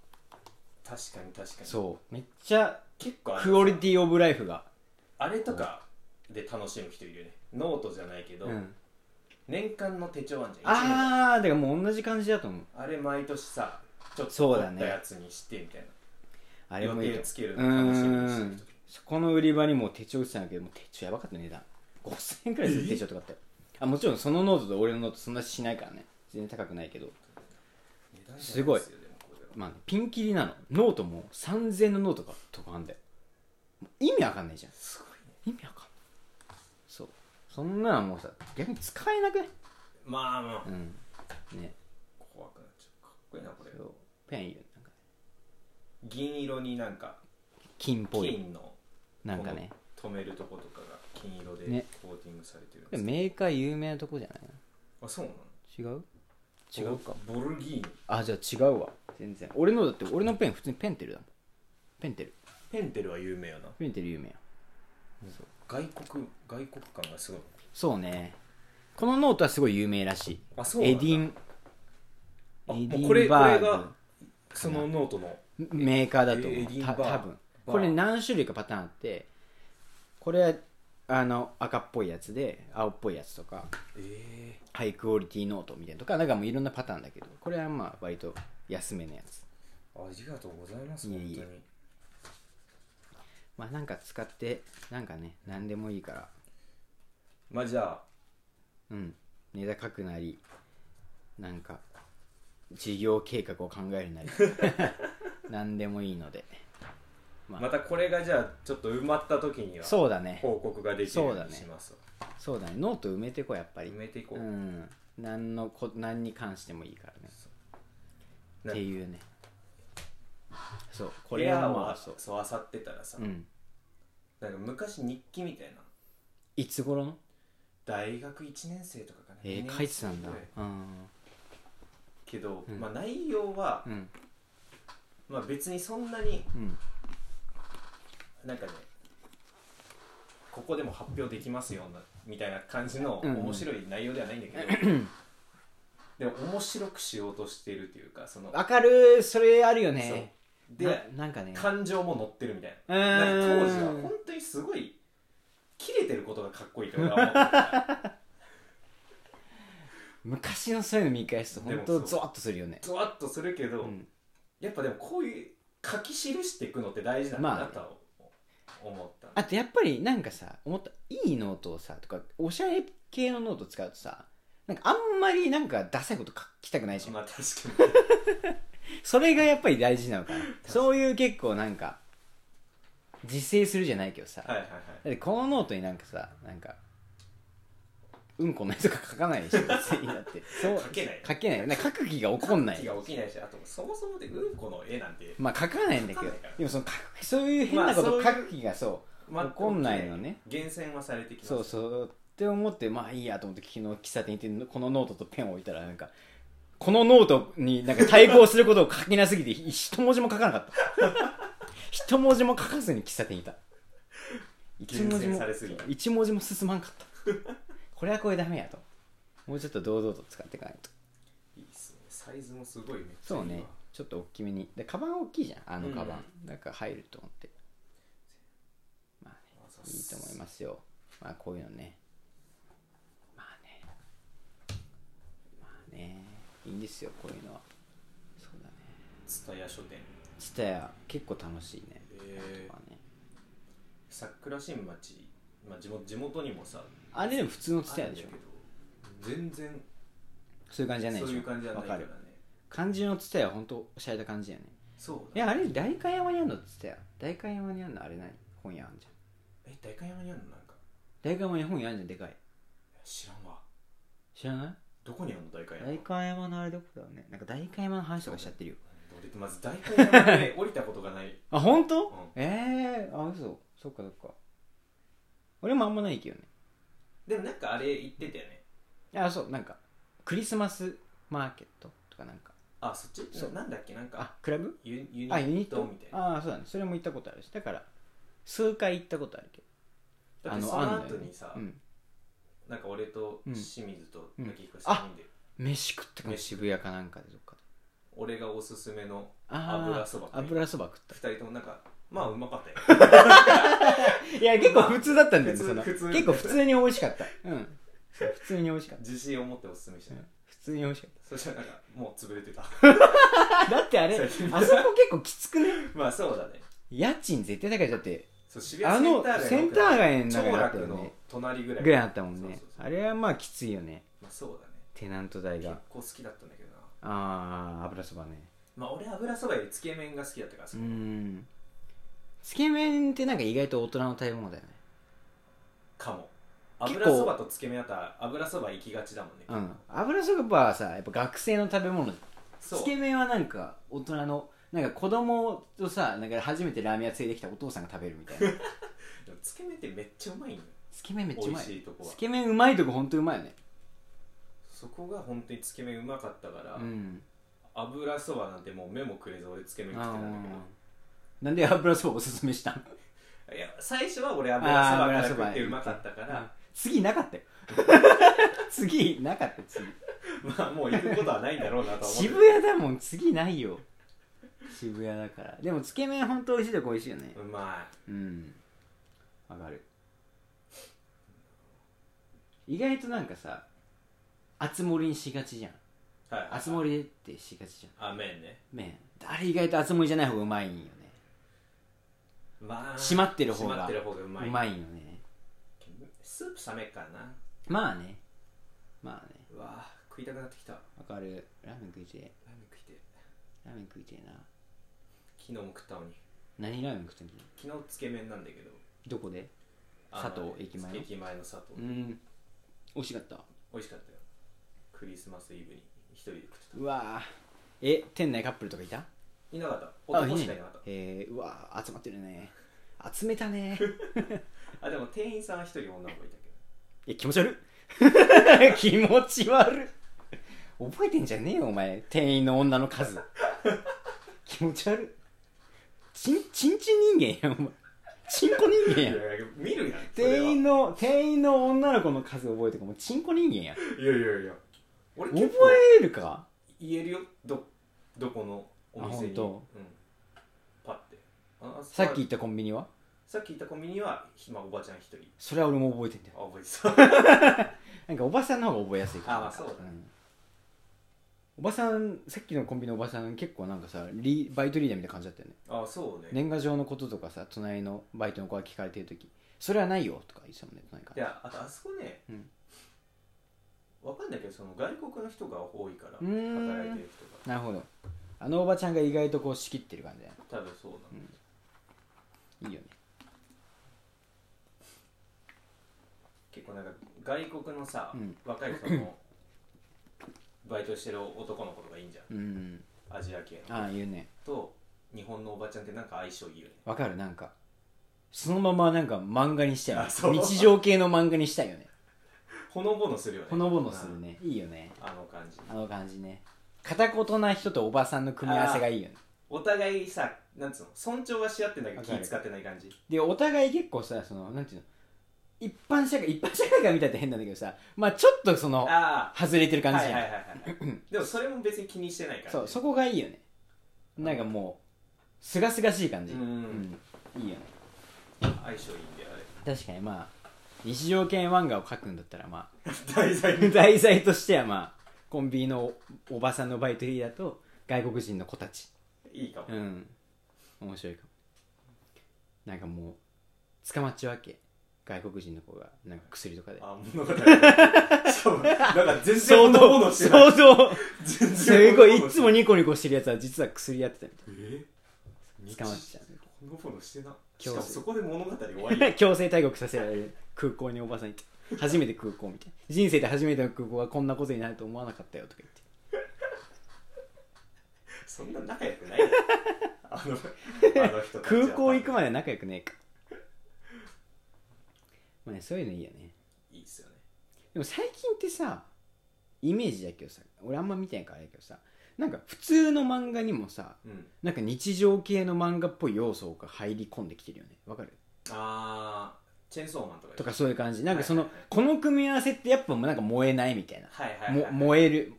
S1: 確かに確かに
S3: そうめっちゃ
S1: 結構あの
S3: クオリティオブライフが
S1: あれとかで楽しむ人いるよねノートじゃないけど、
S3: うん
S1: 年間の手帳あんじゃん一年間
S3: ああだからもう同じ感じだと思う
S1: あれ毎年さちょっと
S3: そう
S1: 取
S3: だ
S1: っ
S3: ね
S1: たやつにしてみたいな、
S3: あれもいい
S1: 予
S3: と
S1: 定つける
S3: う
S1: の楽しみにして
S3: ー
S1: る
S3: んそこの売り場にもう手帳売ってたんだけどもう手帳やばかったね値段5000円くらいする手帳とかあったよあもちろんそのノートと俺のノートそんなしないからね全然高くないけど
S1: 値段じゃなです
S3: ごい
S1: でもこれは
S3: まあね、ピンキリなのノートも3000円のノートがとかあんだよもう意味わかんないじゃん
S1: すごいね
S3: 意味わかんないそうそんなのもうさ逆に使えなくない
S1: まあまあ、
S3: うんね
S1: 怖くなっちゃうかっこいいなこれ
S3: そうペンいいよねなんか
S1: 銀色になんか
S3: 金っぽい
S1: 金の
S3: なんかね
S1: 止めるとことかが金色で
S3: ね
S1: コーティングされてるん
S3: で
S1: です、
S3: もメーカー有名なとこじゃない
S1: あそうなの
S3: の違う違うか
S1: ボルギーニ
S3: あじゃあ違うわ全然俺のだって俺のペン普通にペンテルだもんペンテル
S1: ペンテルは有名よな
S3: ペンテル有名や
S1: 外国外国感がすごい
S3: そうねこのノートはすごい有名らしい
S1: あそうなん
S3: エ
S1: だ
S3: ディン
S1: あ
S3: エデ
S1: もうこ
S3: ィ
S1: れ
S3: ンバ
S1: これが
S3: ー
S1: そのノートの
S3: グメーカーだと
S1: エデ
S3: 思
S1: ィ
S3: う
S1: ン
S3: た
S1: バー
S3: 多分これ何種類かパターンあってこれはあの赤っぽいやつで青っぽいやつとか
S1: ええ
S3: ハイクオリティノートみたいなとかなんかもういろんなパターンだけどこれはまあ割と安めのやつ
S1: ありがとうございます
S3: いえ
S1: 本当
S3: い
S1: に
S3: えまあなんか使ってなんかね何でもいいから
S1: まあじゃあ
S3: うん、値高くなりなんか事業計画を考える なり何でもいいのでまあ
S1: またこれがじゃあちょっと埋まった時には
S3: そうだね
S1: 報告ができるよ
S3: そうだ
S1: う
S3: ね
S1: にしますわ
S3: そうだねノート埋めてこうやっぱり
S1: 埋めていこ
S3: う
S1: う、
S3: ん何のこ何に関してもいいからね
S1: な
S3: っていうねそうこ
S1: 部
S3: れは
S1: 屋
S3: ま
S1: を
S3: あそう、
S1: そうあさってたらさ、
S3: うん、
S1: なんか昔日記みたいない
S3: つ頃の
S1: 大学1年生とかかな
S3: え
S1: 二年
S3: ー、
S1: 生
S3: 書いてたんだ
S1: ぐらい
S3: うん
S1: けど、
S3: うん
S1: まあ内容は、
S3: うん
S1: まあ別にそんなに
S3: うん
S1: なんかねここでも発表できますようなみたいな感じの
S3: うんうん
S1: 面白い内容ではないんだけど、 でも面白くしようとしているというかその
S3: わかるそれあるよ
S1: そう
S3: ね
S1: で
S3: ななんかね
S1: 感情も乗ってるみたい
S3: うん
S1: ななんか当時は本当にすごい切れてることがかっこいいと俺は思って た
S3: 昔のそういうの見返すと本
S1: で
S3: 当
S1: もそう
S3: ゾワッとするよね
S1: ゾワッとするけど、
S3: うん
S1: やっぱでもこういう書き記していくのって大事なんだなとは思った、
S3: あとやっぱりなんかさ思ったいいノートをさとかおしゃれ系のノート使うとさなんかあんまりなんかダサいこと書きたくないじゃん
S1: まあ確 かに
S3: それがやっぱり大事なのかなそういう結構なんか自制するじゃないけどさ、
S1: はいはいはい
S3: だってこのノートになんかさなんかうんこのやつとか書かないでしょ別にだ ってそう
S1: 書けない
S3: 書けないなんか書く気が起こんな
S1: 気
S3: い
S1: が起きないしあとそもそもでうんこの絵なんて
S3: まあ書かないんだけ
S1: 書
S3: ど
S1: かないから
S3: でもその書くそういう変なこと
S1: ま
S3: 書
S1: あそういう
S3: く気がそう
S1: ま
S3: 怒んないのね
S1: 厳選はされてきます
S3: そうそうって思ってまあいいやと思って昨日喫茶店行ってこのノートとペンを置いたらなんかこのノートになんか対抗することを書きなすぎて一文字も書かなかった一文字も書かずに喫茶店にいた一
S1: 厳
S3: 文字
S1: 選
S3: も
S1: されすぎた
S3: 一文字も進まんかったこれはこれダメやともうちょっと堂々と使っていかないと
S1: いいっすねサイズもすごいめっちゃいい
S3: そ
S1: わ
S3: うねちょっと大きめにでカバン大きいじゃんあのカバン、
S1: う
S3: なんか入ると思ってまあね
S1: あざっ
S3: いいと思いますよまあこういうのねまあねまあねいいんですよこういうのはそうだね
S1: す蔦屋書店
S3: ツタヤ結構楽しいね
S1: え
S3: とか
S1: ー、
S3: ね
S1: 桜新町、まあ、地元地元にもさ
S3: あれでも普通のツタヤでしょ
S1: あるんだけど全然
S3: そういう感じじゃない
S1: そ
S3: で
S1: うい
S3: し
S1: う
S3: ょ
S1: 感じじゃな
S3: わ
S1: いか
S3: から
S1: ね
S3: る漢字のツタヤは本当おしゃれた感じだよね
S1: そう
S3: い
S1: だ
S3: やあれ代官山にあるのっつってたよ代官山にあるのあれ何本屋あんじゃん
S1: え代官山にあるのなんか
S3: 代官山に本屋あんじゃんでかい
S1: 知らんわ
S3: 知らない
S1: どこにあるの代官山
S3: 代官山のあれどこだろうねなんか代官山の話とかしちゃってるよ
S1: 俺まず代官山で降りたことがない
S3: あ本当、
S1: ん
S3: ええー、あ嘘そっかそっか俺もあんまないけどね
S1: でもなんかあれ言ってたよね
S3: あそうなんかクリスマスマーケットとかなんか
S1: あそっち
S3: そう
S1: なんだっけなんか
S3: あクラブ
S1: ユユニ
S3: あユ
S1: ッ
S3: ニッ
S1: ト
S3: ト
S1: みたいな
S3: ああそうだねそれも行ったことあるしだから数回行ったことあるけど
S1: だってそ
S3: あ
S1: の
S3: んだ
S1: 後
S3: よね
S1: にさ、
S3: うん、
S1: なんか俺と
S3: うん
S1: 清水と
S3: うん
S1: 竹彦3人で、
S3: 飯食ったかも
S1: 飯
S3: 渋谷かなんかでどっかで
S1: 俺がおすすめの
S3: あー
S1: 油そば
S3: 油そば食った
S1: 2人ともなんかまあうまかったよ
S3: いや結構普通だったんだよね、
S1: まあ
S3: その
S1: 普通普通
S3: 結構普通に美味し かったうんそう普通に美味しかっ、
S1: 自信を持っておすすめしたた、
S3: うん普通に美味しかっ
S1: そしたらなんかもう潰れてた
S3: ただってあれあ
S1: そう
S3: そこ結構きつくね
S1: まあそうだね
S3: 家賃絶対高いだって
S1: そう渋
S3: あ
S1: 谷セン
S3: の
S1: ター街
S3: センター街の中
S1: 長
S3: だった
S1: 楽
S3: よ
S1: の
S3: ね
S1: 隣ぐらい
S3: ぐらいあったもんね
S1: そうそうそう
S3: あれはまあきついよね
S1: まあそうだね
S3: テナント代
S1: 結
S3: が
S1: 構好きだったんだけどな
S3: ああ油そばね
S1: まあ俺油そばよりつけ麺が好きだったから
S3: う
S1: さ、
S3: んつけ麺ってなんか意外と大人の食べ物だよね
S1: かも
S3: 結構
S1: 油そばとつけ麺だったら油そば行きがちだもんね、
S3: うん油そばはさやっぱ学生の食べ物
S1: そう
S3: つけ麺はなんか大人のなんか子供とさなんか初めてラーメン屋連れてきたお父さんが食べるみたい な
S1: でもつけ麺ってめっちゃうまいんだよ
S3: つけ麺めっちゃうまい
S1: 美味しいとこは
S3: つけ麺うまいとこほんとうまいよね
S1: そこが本当につけ麺うまかったから、
S3: うん
S1: 油そばなんてもう目もくれず俺つけ麺食ってたんだ
S3: あーなんで油そばおすすめしたの
S1: けどいや最初は俺油そば
S3: あー
S1: から
S3: 油そ
S1: 食
S3: ば
S1: ってうまかったから
S3: 次な かったよ次なかったよ次
S1: まあもう行くことはないんだろうなとは思って
S3: 渋谷だもん次ないよ渋谷だからでもつけ麺ほんと美味しいとこ美味しいよね
S1: うま
S3: うん上がる意外となんかさ厚盛りにしがちじゃん
S1: いはい
S3: 厚盛りってしがちじゃん
S1: あ麺ね
S3: 麺あれ意外と厚盛りじゃない方がうまいんよね
S1: まあ
S3: 締まってる方が
S1: 締まってる方がうまいう
S3: まいんよね
S1: スープ冷めっからな
S3: まあねまあね
S1: うわあ食いたくなってきたラ
S3: わかるラーメン食いてえ
S1: ーメン食いてえ
S3: ラーメン食いてえな
S1: 昨日も食ったのに
S3: 何ラーメン食ってんの
S1: 昨日つけ麺なんだけど
S3: どこで
S1: あの
S3: 佐藤駅前の
S1: 駅前の佐藤、
S3: うん美味しかった
S1: 美味しかったよクリスマスイブに一人で食ってた
S3: うわーえ店内カップルとかいた
S1: いなかった男しかいなかっ
S3: えー、うわー集まってるね集め たね
S1: たあでも店員さんは一人女の子いたけ
S3: え気持ち悪い 気持ち悪い覚えてんじゃねえよお前店員の女の数気持ち悪いちんちんちん人間やお前ちんこ人間や
S1: どいやいや見るやんそれは
S3: 店員の店員の女の子の数覚えてかもうちんこ人間や
S1: いやいやいや俺
S3: 覚
S1: 結構
S3: えるか
S1: 言えるよどどこのお店に
S3: あ本
S1: うん、パッてああそこ
S3: さ
S1: は
S3: っき言ったコンビニは
S1: さっき言ったコンビニはひまあおばちゃん一人
S3: それは俺も覚えてんだよ
S1: あ覚えてた
S3: なんかおばさんの方が覚えやすいから
S1: あまあそうだね
S3: んおばさんさっきのコンビニのおばさん結構なんかさリバイトリーダーみたいな感じだったよね
S1: あそうね
S3: 年賀状のこととかさ隣のバイトの子が聞かれてる時それはないよとか言ってたもんね隣か
S1: い
S3: ら
S1: やあとあそこね、
S3: うん
S1: わかんないけどその外国の人が多いから
S3: うーん
S1: 働いてる人
S3: なるほどあのおばちゃんが意外とこう仕切ってる感じだね
S1: が多分そうなの、
S3: いいよね
S1: 結構なんか外国のさ、
S3: うん
S1: 若いそのバイトしてる男の子とかいいんじゃん
S3: うん
S1: アジア系の
S3: ああ言うね
S1: と日本のおばちゃんってなんか相性いいよね
S3: わかるなんかそのままなんか漫画にしたいよね
S1: あそう
S3: 日常系の漫画にしたい よね
S1: ほのぼのするよね
S3: ほのぼのするねいいよね
S1: あの感じ
S3: あの感じね片言な人とおばさんの組み合わせがいいよね
S1: お互いさなんつうの尊重はし合ってんだけど
S3: わか
S1: 気
S3: る
S1: 使ってない感じ
S3: でお互い結構さそのなんていうの一般社会一般社会が見たって変なんだけどさまあちょっとその
S1: あ
S3: 外れてる
S1: あ
S3: 感
S1: は
S3: じ
S1: い
S3: じ
S1: はい
S3: ゃん、
S1: はいはい でもそれも別に気にしてないから、ね、
S3: そうそこがいいよねなんかもうすがすがしい感じ
S1: うん
S3: うんいいよね
S1: 相性いいんだよあれ
S3: 確かにまあ日常系漫画を描くんだったらまあ
S1: 題材に
S3: 題材としてはまあコンビニのおおばさんのバイトリーダーと外国人の子たち
S1: いいかも、
S3: うん面白いかもなんかもう捕まっちゃうわけ外国人の子がなんか薬とかで
S1: あ物語しか もなんか全然
S3: 相
S1: 物
S3: 当
S1: 々してない
S3: 相当
S1: 全然
S3: すごいいつも
S1: に
S3: ニコニコしてるやつは実は薬やってたみた
S1: え
S3: いな捕まっちゃうみたい
S1: ほのぼのしてなし
S3: 強制
S1: かもそこで物語終わり
S3: な強制退国させられる空港におばさん行って初めて空港みたいな人生で初めての空港がこんなことになると思わなかったよとか言って
S1: そんな仲良くないよあのあの人たちは
S3: 空港行くまで仲良くねえかまあねそういうのいいよね
S1: いいっすよね
S3: でも最近ってさイメージだけどさ俺あんま見てないからあれだけどさなんか普通の漫画にもさ
S1: うん
S3: なんか日常系の漫画っぽい要素が入り込んできてるよねわかる
S1: あーチェーンソーマンとか
S3: とかそういう感じなんかその、
S1: はいはいはい
S3: この組み合わせってやっぱもうなんか燃えないみたいな、
S1: はいはいはいはい
S3: も燃える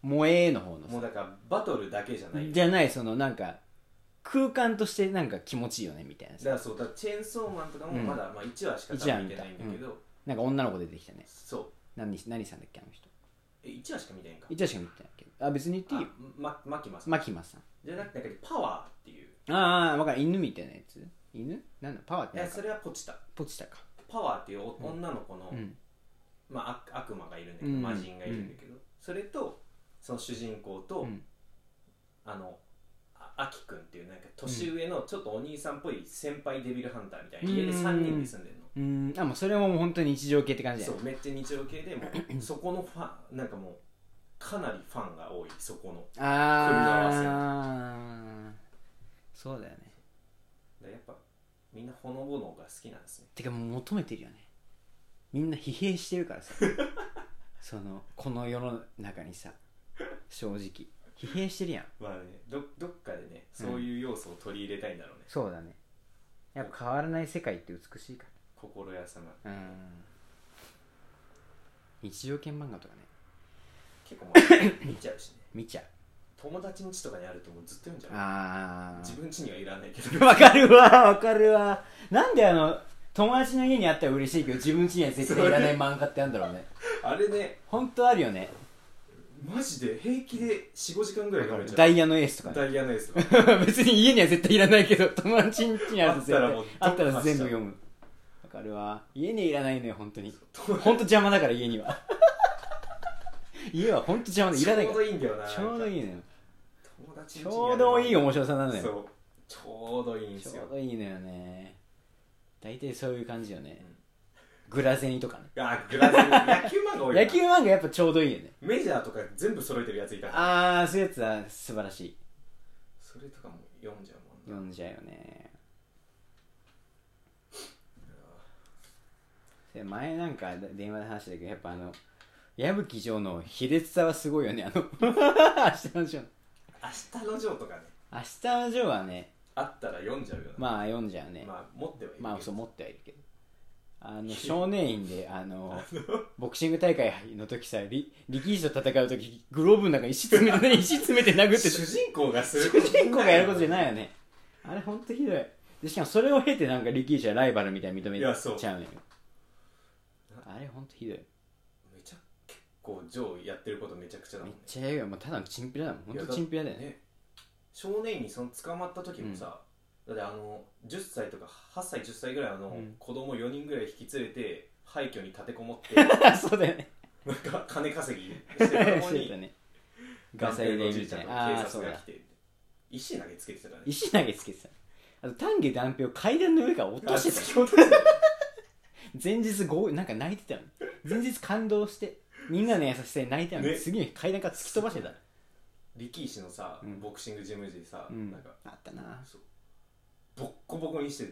S3: 燃えの方の
S1: もうだ
S3: さ
S1: からバトルだけじゃない
S3: じゃないそのなんか空間としてなんか気持ちいいよねみたいな
S1: だ
S3: さ
S1: からそうだからチェーンソーマンとかも
S3: うん
S1: まだ、まあ、1話しか多分見てないんだけど、
S3: なんか女の子出てきたね
S1: そう
S3: 何何さんだっけあの人
S1: え1話しか見てないんか
S3: 一応しか見てないけどあ別に言っていいよ
S1: あまマキマさん
S3: マキマさん
S1: じゃなくてなんかパワーっていう
S3: ああ分かる犬みたいなやつ犬なんだパワーっ
S1: い
S3: てな
S1: や
S3: んか
S1: それはポチタ
S3: ポチタか
S1: パワーっていうお
S3: うん
S1: 女の子の、
S3: うん
S1: まあ、悪悪魔がいるんだけど、
S3: うん
S1: 魔人がいるんだけど、それとその主人公と、
S3: うん
S1: あのああきくんっていうなんか年上のちょっとお兄さんっぽい先輩デビルハンターみたいな、
S3: うん
S1: 家で3人で住んでるの、
S3: うーんあもうそれはもう本当に日常系って感じだ
S1: そ
S3: よ
S1: うめっちゃ日常系でもうそこのファンなんかもうかなりファンが多いそこの組み合わせ
S3: ああそうだよね
S1: だからやっぱみんなほのぼのが好きなんですね
S3: てかもう求めてるよねみんな疲弊してるから さそのこの世の中にさ正直疲弊してるやん
S1: まあねどどっかでねそういう要素を取り入れたいんだろうね、
S3: そうだねやっぱ変わらない世界って美しいか
S1: 心優さな
S3: らうん日常系漫画とかね
S1: 結構まあ見ちゃうしね
S3: 見ちゃう
S1: 友達の家とかにあるともうずっと読んじゃう
S3: ああ
S1: 自分家にはいらないけど
S3: わかるわわかるわなんであの友達の家にあったら嬉しいけど自分家には絶対いらない漫画ってあるんだろうね
S1: あれね
S3: 本当あるよね
S1: マジで平気で45時間ぐらいかかるじゃ
S3: ダ
S1: ん
S3: イヤのエースとかね
S1: ダイヤのエースとか
S3: 別に家には絶対いらないけど友達ん家にあると絶対
S1: あったらもう
S3: あったら全部読むわかるわ家にいらないのよ本当に
S1: 友達
S3: 本当邪魔だから家には 家は本当邪魔でいらない
S1: ちょう
S3: か
S1: どいいんだよな
S3: らちょうどい
S1: い
S3: いのよ
S1: 友達
S3: ち
S1: の家
S3: ょうどいい
S1: よ
S3: 面白さなの
S1: そ
S3: よ
S1: うちょうどいいんで
S3: ち
S1: す
S3: ょ
S1: よ
S3: うどいいのよね大体そういう感じよね
S1: うん
S3: グラゼニとかね
S1: あグラス野球漫画多いな
S3: 野球漫画やっぱちょうどいいよね
S1: メジャーとか全部揃えてるやついたから
S3: ああそういうやつは素晴らしい
S1: それとかも読んじゃうもんな
S3: 読んじゃうよねで前なんか電話で話したけどやっぱあの矢吹城の卑劣さはすごいよねあの明日のジョー
S1: 明日のジョーとかね
S3: 明日のジョーはね
S1: あったら読んじゃうよな
S3: まあ読んじゃうね、まあ、
S1: まあ持ってはいるけど
S3: そう持ってはいるけどあの少年院であのボクシング大会の時さり力士と戦う時グローブの中に石詰めて 石詰めて殴ってた
S1: 主人公がする
S3: 主人公がやることじゃないいよねあれほんとひどいでしかもそれを経てなんか力士はライバルみたいに認め
S1: いやそう
S3: ちゃうのよあれほんとひどい
S1: めちゃ結構ジョーやってることめちゃくちゃだも
S3: め
S1: ん
S3: っ
S1: ね
S3: ちゃええよもうただのチンピラだもんほんとチンピラだよね
S1: ね少年院にその捕まった時もさ、だってあの10歳とか8歳10歳ぐらいの
S3: うん
S1: 子供4人ぐらい引き連れて廃墟に立てこも って
S3: そうだよね
S1: なんか金稼ぎし
S3: して
S1: るとこ
S3: て
S1: に
S3: たねガサ入れ
S1: のじ
S3: み
S1: いちゃ
S3: た
S1: ん
S3: い
S1: と
S3: なあ
S1: 警
S3: あーそう
S1: 察が
S3: だ
S1: 来て石投げつけてたからね
S3: 石投げつけてたあと丹下断平を階段の上から落としてた
S1: あ突き落としてた
S3: 前日ごなんか泣いてたの前日感動してみんなの優しさに泣いてたのに、
S1: ね
S3: 次の日階段から突き飛ばしてた
S1: 力石のさ、
S3: うん
S1: ボクシングジム時さ、
S3: うん
S1: なんか
S3: あったな
S1: そうボッコボコにして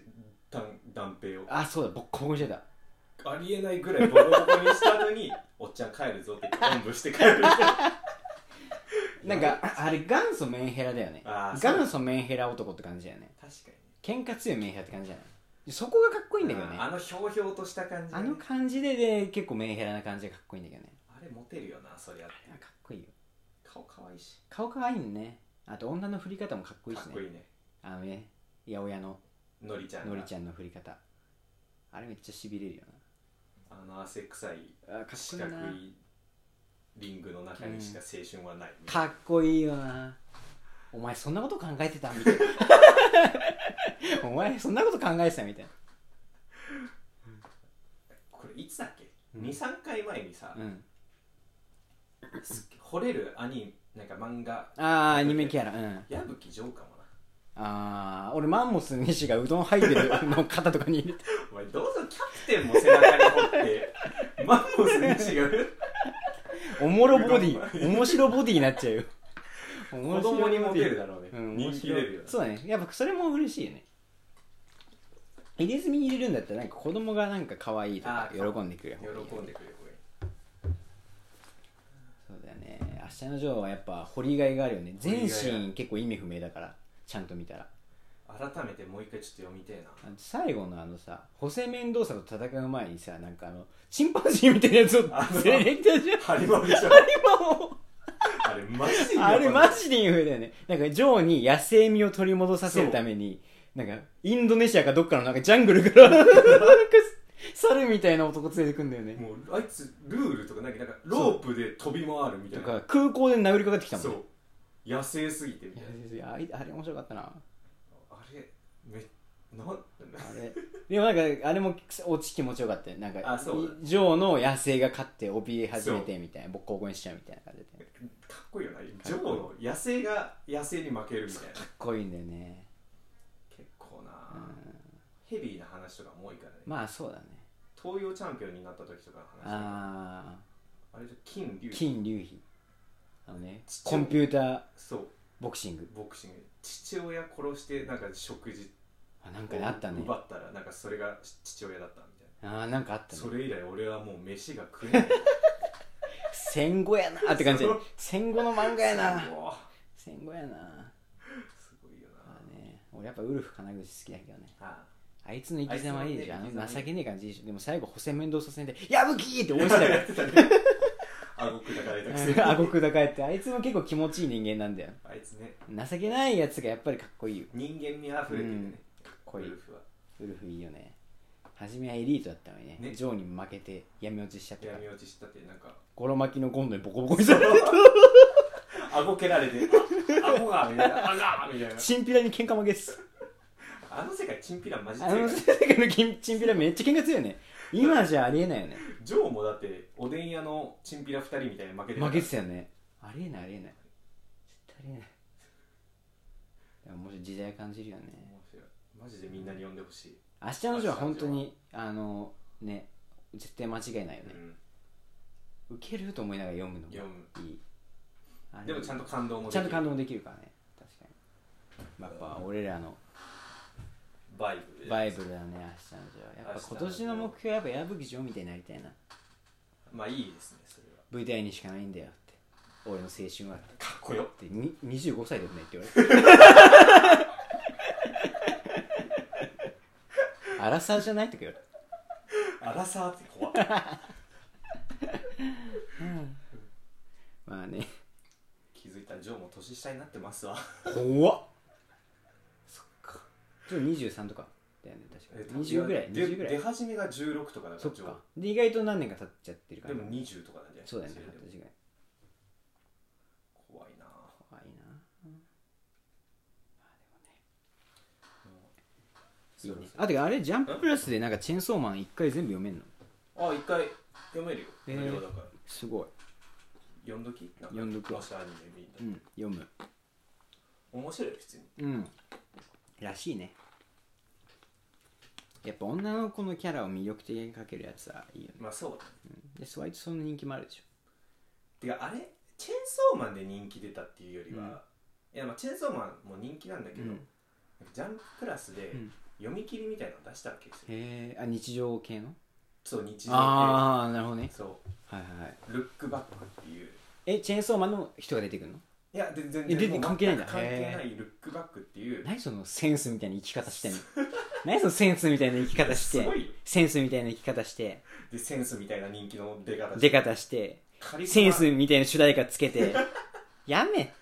S1: たん断平を
S3: あそうだボッコボコにしてた
S1: ありえないぐらいボロボコにした後に おっちゃん帰るぞって言っておんぶして帰るみたいな
S3: なんかああれ元祖メンヘラだよね
S1: あーそう
S3: 元祖メンヘラ男って感じだよね
S1: 確かに
S3: 喧嘩強いメンヘラって感じじゃないそこがかっこいいんだけどね
S1: あ
S3: あ
S1: のひょうひょうとした感じね、
S3: の感じでで結構メンヘラな感じがかっこいいんだけどね
S1: あれモテるよなそりゃ
S3: あかっこいいよ
S1: 顔かわいいし
S3: 顔かわいいねあと女の振り方もかっこいい
S1: か
S3: し
S1: っ
S3: ね
S1: こいいね
S3: あのね八百屋の
S1: のりちゃんが
S3: のりちゃんの振り方あれめっちゃしびれるよ
S1: あの汗臭い
S3: なあかっこい
S1: 四
S3: いな
S1: 角いリングの中にしか青春はない、
S3: かっこいいよなお前そんなこと考えてたみたいなお前そんなこと考えてたみたいな
S1: 23回前にさ、
S3: うん、
S1: 惚れるアニメなんか漫画
S3: ああアニメキャラうん
S1: 矢吹城かもな
S3: ああ俺マンモス西がうどん入ってるの肩とかに入れ て
S1: お前どうぞキャプテンも背中に持ってマンモ スに違う
S3: おもろボディ面白ボディになっちゃうよ
S1: 子
S3: 子
S1: 供にモテるだろうね、
S3: うん、
S1: 人気出るよ
S3: そうだねやっぱそれも嬉しいよね入れ墨に入れるんだったらなんか子供がなんか可愛いとか
S1: あ
S3: 喜
S1: ー
S3: んでくれる
S1: 喜んでくれる
S3: そうだよね明日のジョーはやっぱ掘りがいがあるよね
S1: 掘りが
S3: 全
S1: いある
S3: 身結構意味不明だからちゃんと見たら
S1: これ改めてもう一回ちょっと読みてえな
S3: あの最後のあのさホセメンドーサと戦う前にさなんかあのチンパンジーみたいなやつを
S1: あの
S3: 連れてきたじゃん
S1: あれはで しょ
S3: 今も
S1: あれマジで
S3: あれマジでインフレだよね。なんか、ジョーに野生味を取り戻させるために、なんか、インドネシアかどっかのなんかジャングル から、なんか、猿みたいな男連れてくんだよね。
S1: もうあいつルールとかなんかなんかロープで飛び回るみた
S3: と
S1: いな
S3: か、空港で殴りかかってきたもん
S1: そ
S3: ね
S1: う野生すぎてみたいない
S3: や。あれあれ面白かったな。
S1: あれめなん
S3: あれ。でもなんか、あれも落ち気持ちよかったよ。なんか
S1: あそうだ、
S3: ジョーの野生が勝って怯え始めてみたいな、ボッコボコにしちゃうみたいな感じで。か
S1: かっこいいよなジョーの野生が野生に負けるみたいな
S3: っこいいんだよね。
S1: 結構
S3: う
S1: なんヘビーな話とかも多いからね、
S3: まあ、そうだね。
S1: 東洋チャンピオンになった時とかの話あ
S3: あ
S1: れじゃ金龍
S3: ー、金龍飛。あのね、
S1: ちっちゃい
S3: コンピューター
S1: そう
S3: ボクシング。
S1: ボクシング父親殺してなんか食事
S3: あなんかねあった
S1: を
S3: ね
S1: 奪ったらなんかそれが父親だったみたいな
S3: あーなんかあった
S1: そ
S3: ね
S1: れ以来俺はもう飯が食えない
S3: 戦後やなって感じ
S1: そう
S3: 戦後の漫画やな
S1: うわ
S3: 戦後やな
S1: すごいよな
S3: まあね俺やっぱウルフ金口好きだけどね
S1: あ
S3: あいつの生き様いいでしょ
S1: あ
S3: あ
S1: いつのね
S3: の
S1: 生き様いい
S3: 情けねえ感じでしょでも最後補正面倒させんで「矢吹!」って応援して
S1: あ
S3: た
S1: や
S3: よ
S1: ってたね あごくだからいたくせに
S3: あごくだかえってあいつも結構気持ちいい人間なんだよ
S1: あいつね
S3: 情けないやつがやっぱりかっこいいよ
S1: 人間味あふれてるね、かっ
S3: こいい
S1: ウルフは
S3: ウルフいいよね初めはエリートだったのにね
S1: ね
S3: ジョーに負けて闇落ちしちゃったから
S1: 闇落ちしたってなんか
S3: ゴロ巻きのゴンドにボコボコにされて
S1: あご蹴られてああごがみたいなあがみたいな
S3: チンピラに喧嘩負けです
S1: あの世界チンピラマジ
S3: あの
S1: で
S3: 世界の金チンピラめっちゃ喧嘩強いよね今じゃありえないよね
S1: ジョーもだっておでん屋のチンピラ二人みたいに負けてた
S3: 負けてたよねありえないありえない絶対ありえないでも面白い時代感じるよね
S1: 面白いマジでみんなに呼んでほしい、
S3: 明日のジョーは本当にあのね絶対間違いないよね、受けると思いながら読むのも
S1: 読む
S3: いいあれ
S1: でもちゃんと感動もでき
S3: ちゃんと感
S1: 動
S3: 動できるからね確かにまあやっぱ俺らの
S1: バイブル
S3: バイブルだね明日のジョーはやっぱ今年の目標はやっぱ矢吹ジョーみたいになりたいな
S1: まあいいですねそれは
S3: 舞台にしかないんだよって俺の青春はって
S1: かっこよ
S3: ってに25歳でもねって言わ れてアラサーじゃないとか言わ
S1: アラサーって怖い
S3: れまあね
S1: 気づいたらジョーも年下になってますわ
S3: 怖っそっか23とかだよね確か20ぐらい
S1: で
S3: 20ぐら
S1: 出
S3: い
S1: 始めが16とかだか
S3: そ
S1: ら
S3: っ
S1: ジョ
S3: かで意外と何年か経っちゃって
S1: ー
S3: るか
S1: で
S3: ら
S1: も20とかなんじゃない
S3: そうだよね
S1: れでも
S3: 確かに
S1: 怖いな
S3: 怖いな
S1: そ
S3: いうい
S1: そう
S3: ねあてかあれジャンププラスでなんかチェーンソーマン1回全部読めんの
S1: あ一回読めるよ
S3: えー
S1: 無料だから
S3: すごい
S1: 読んどきなんか
S3: 読んどくわ
S1: 明日アニメ見に行ったら
S3: うん読む
S1: 面白いよ普通に
S3: うんらしいねやっぱ女の子のキャラを魅力的に描けるやつはいいよね
S1: まあそうだね
S3: でそう割とその人気もあるでしょ
S1: てかあれチェーンソーマンで人気出たっていうよりは、いやまあチェーンソーマンも人気なんだけど、
S3: うん
S1: なんかジャンププラスで
S3: うん
S1: 読み切りみたいなの出したわけですよ、
S3: へえあ日常系の
S1: そう日常
S3: ああなるほど
S1: で
S3: ね
S1: そ
S3: はいはいはいう
S1: ルックバックっていう
S3: えチェーンソーマンの人が出てくるの
S1: いや全然
S3: え出て
S1: もう
S3: 関係ないんだ
S1: 全く関係な
S3: へ
S1: いルックバックっていう
S3: 何そのセンスみたいな生き方してん の何そのセンスみたいな生き方し
S1: す
S3: て
S1: ごいよ
S3: センスみたいな生き方して
S1: でセンスみたいな人気の出方
S3: 出方して
S1: カリスマ
S3: センスみたいな主題歌つけ てやめ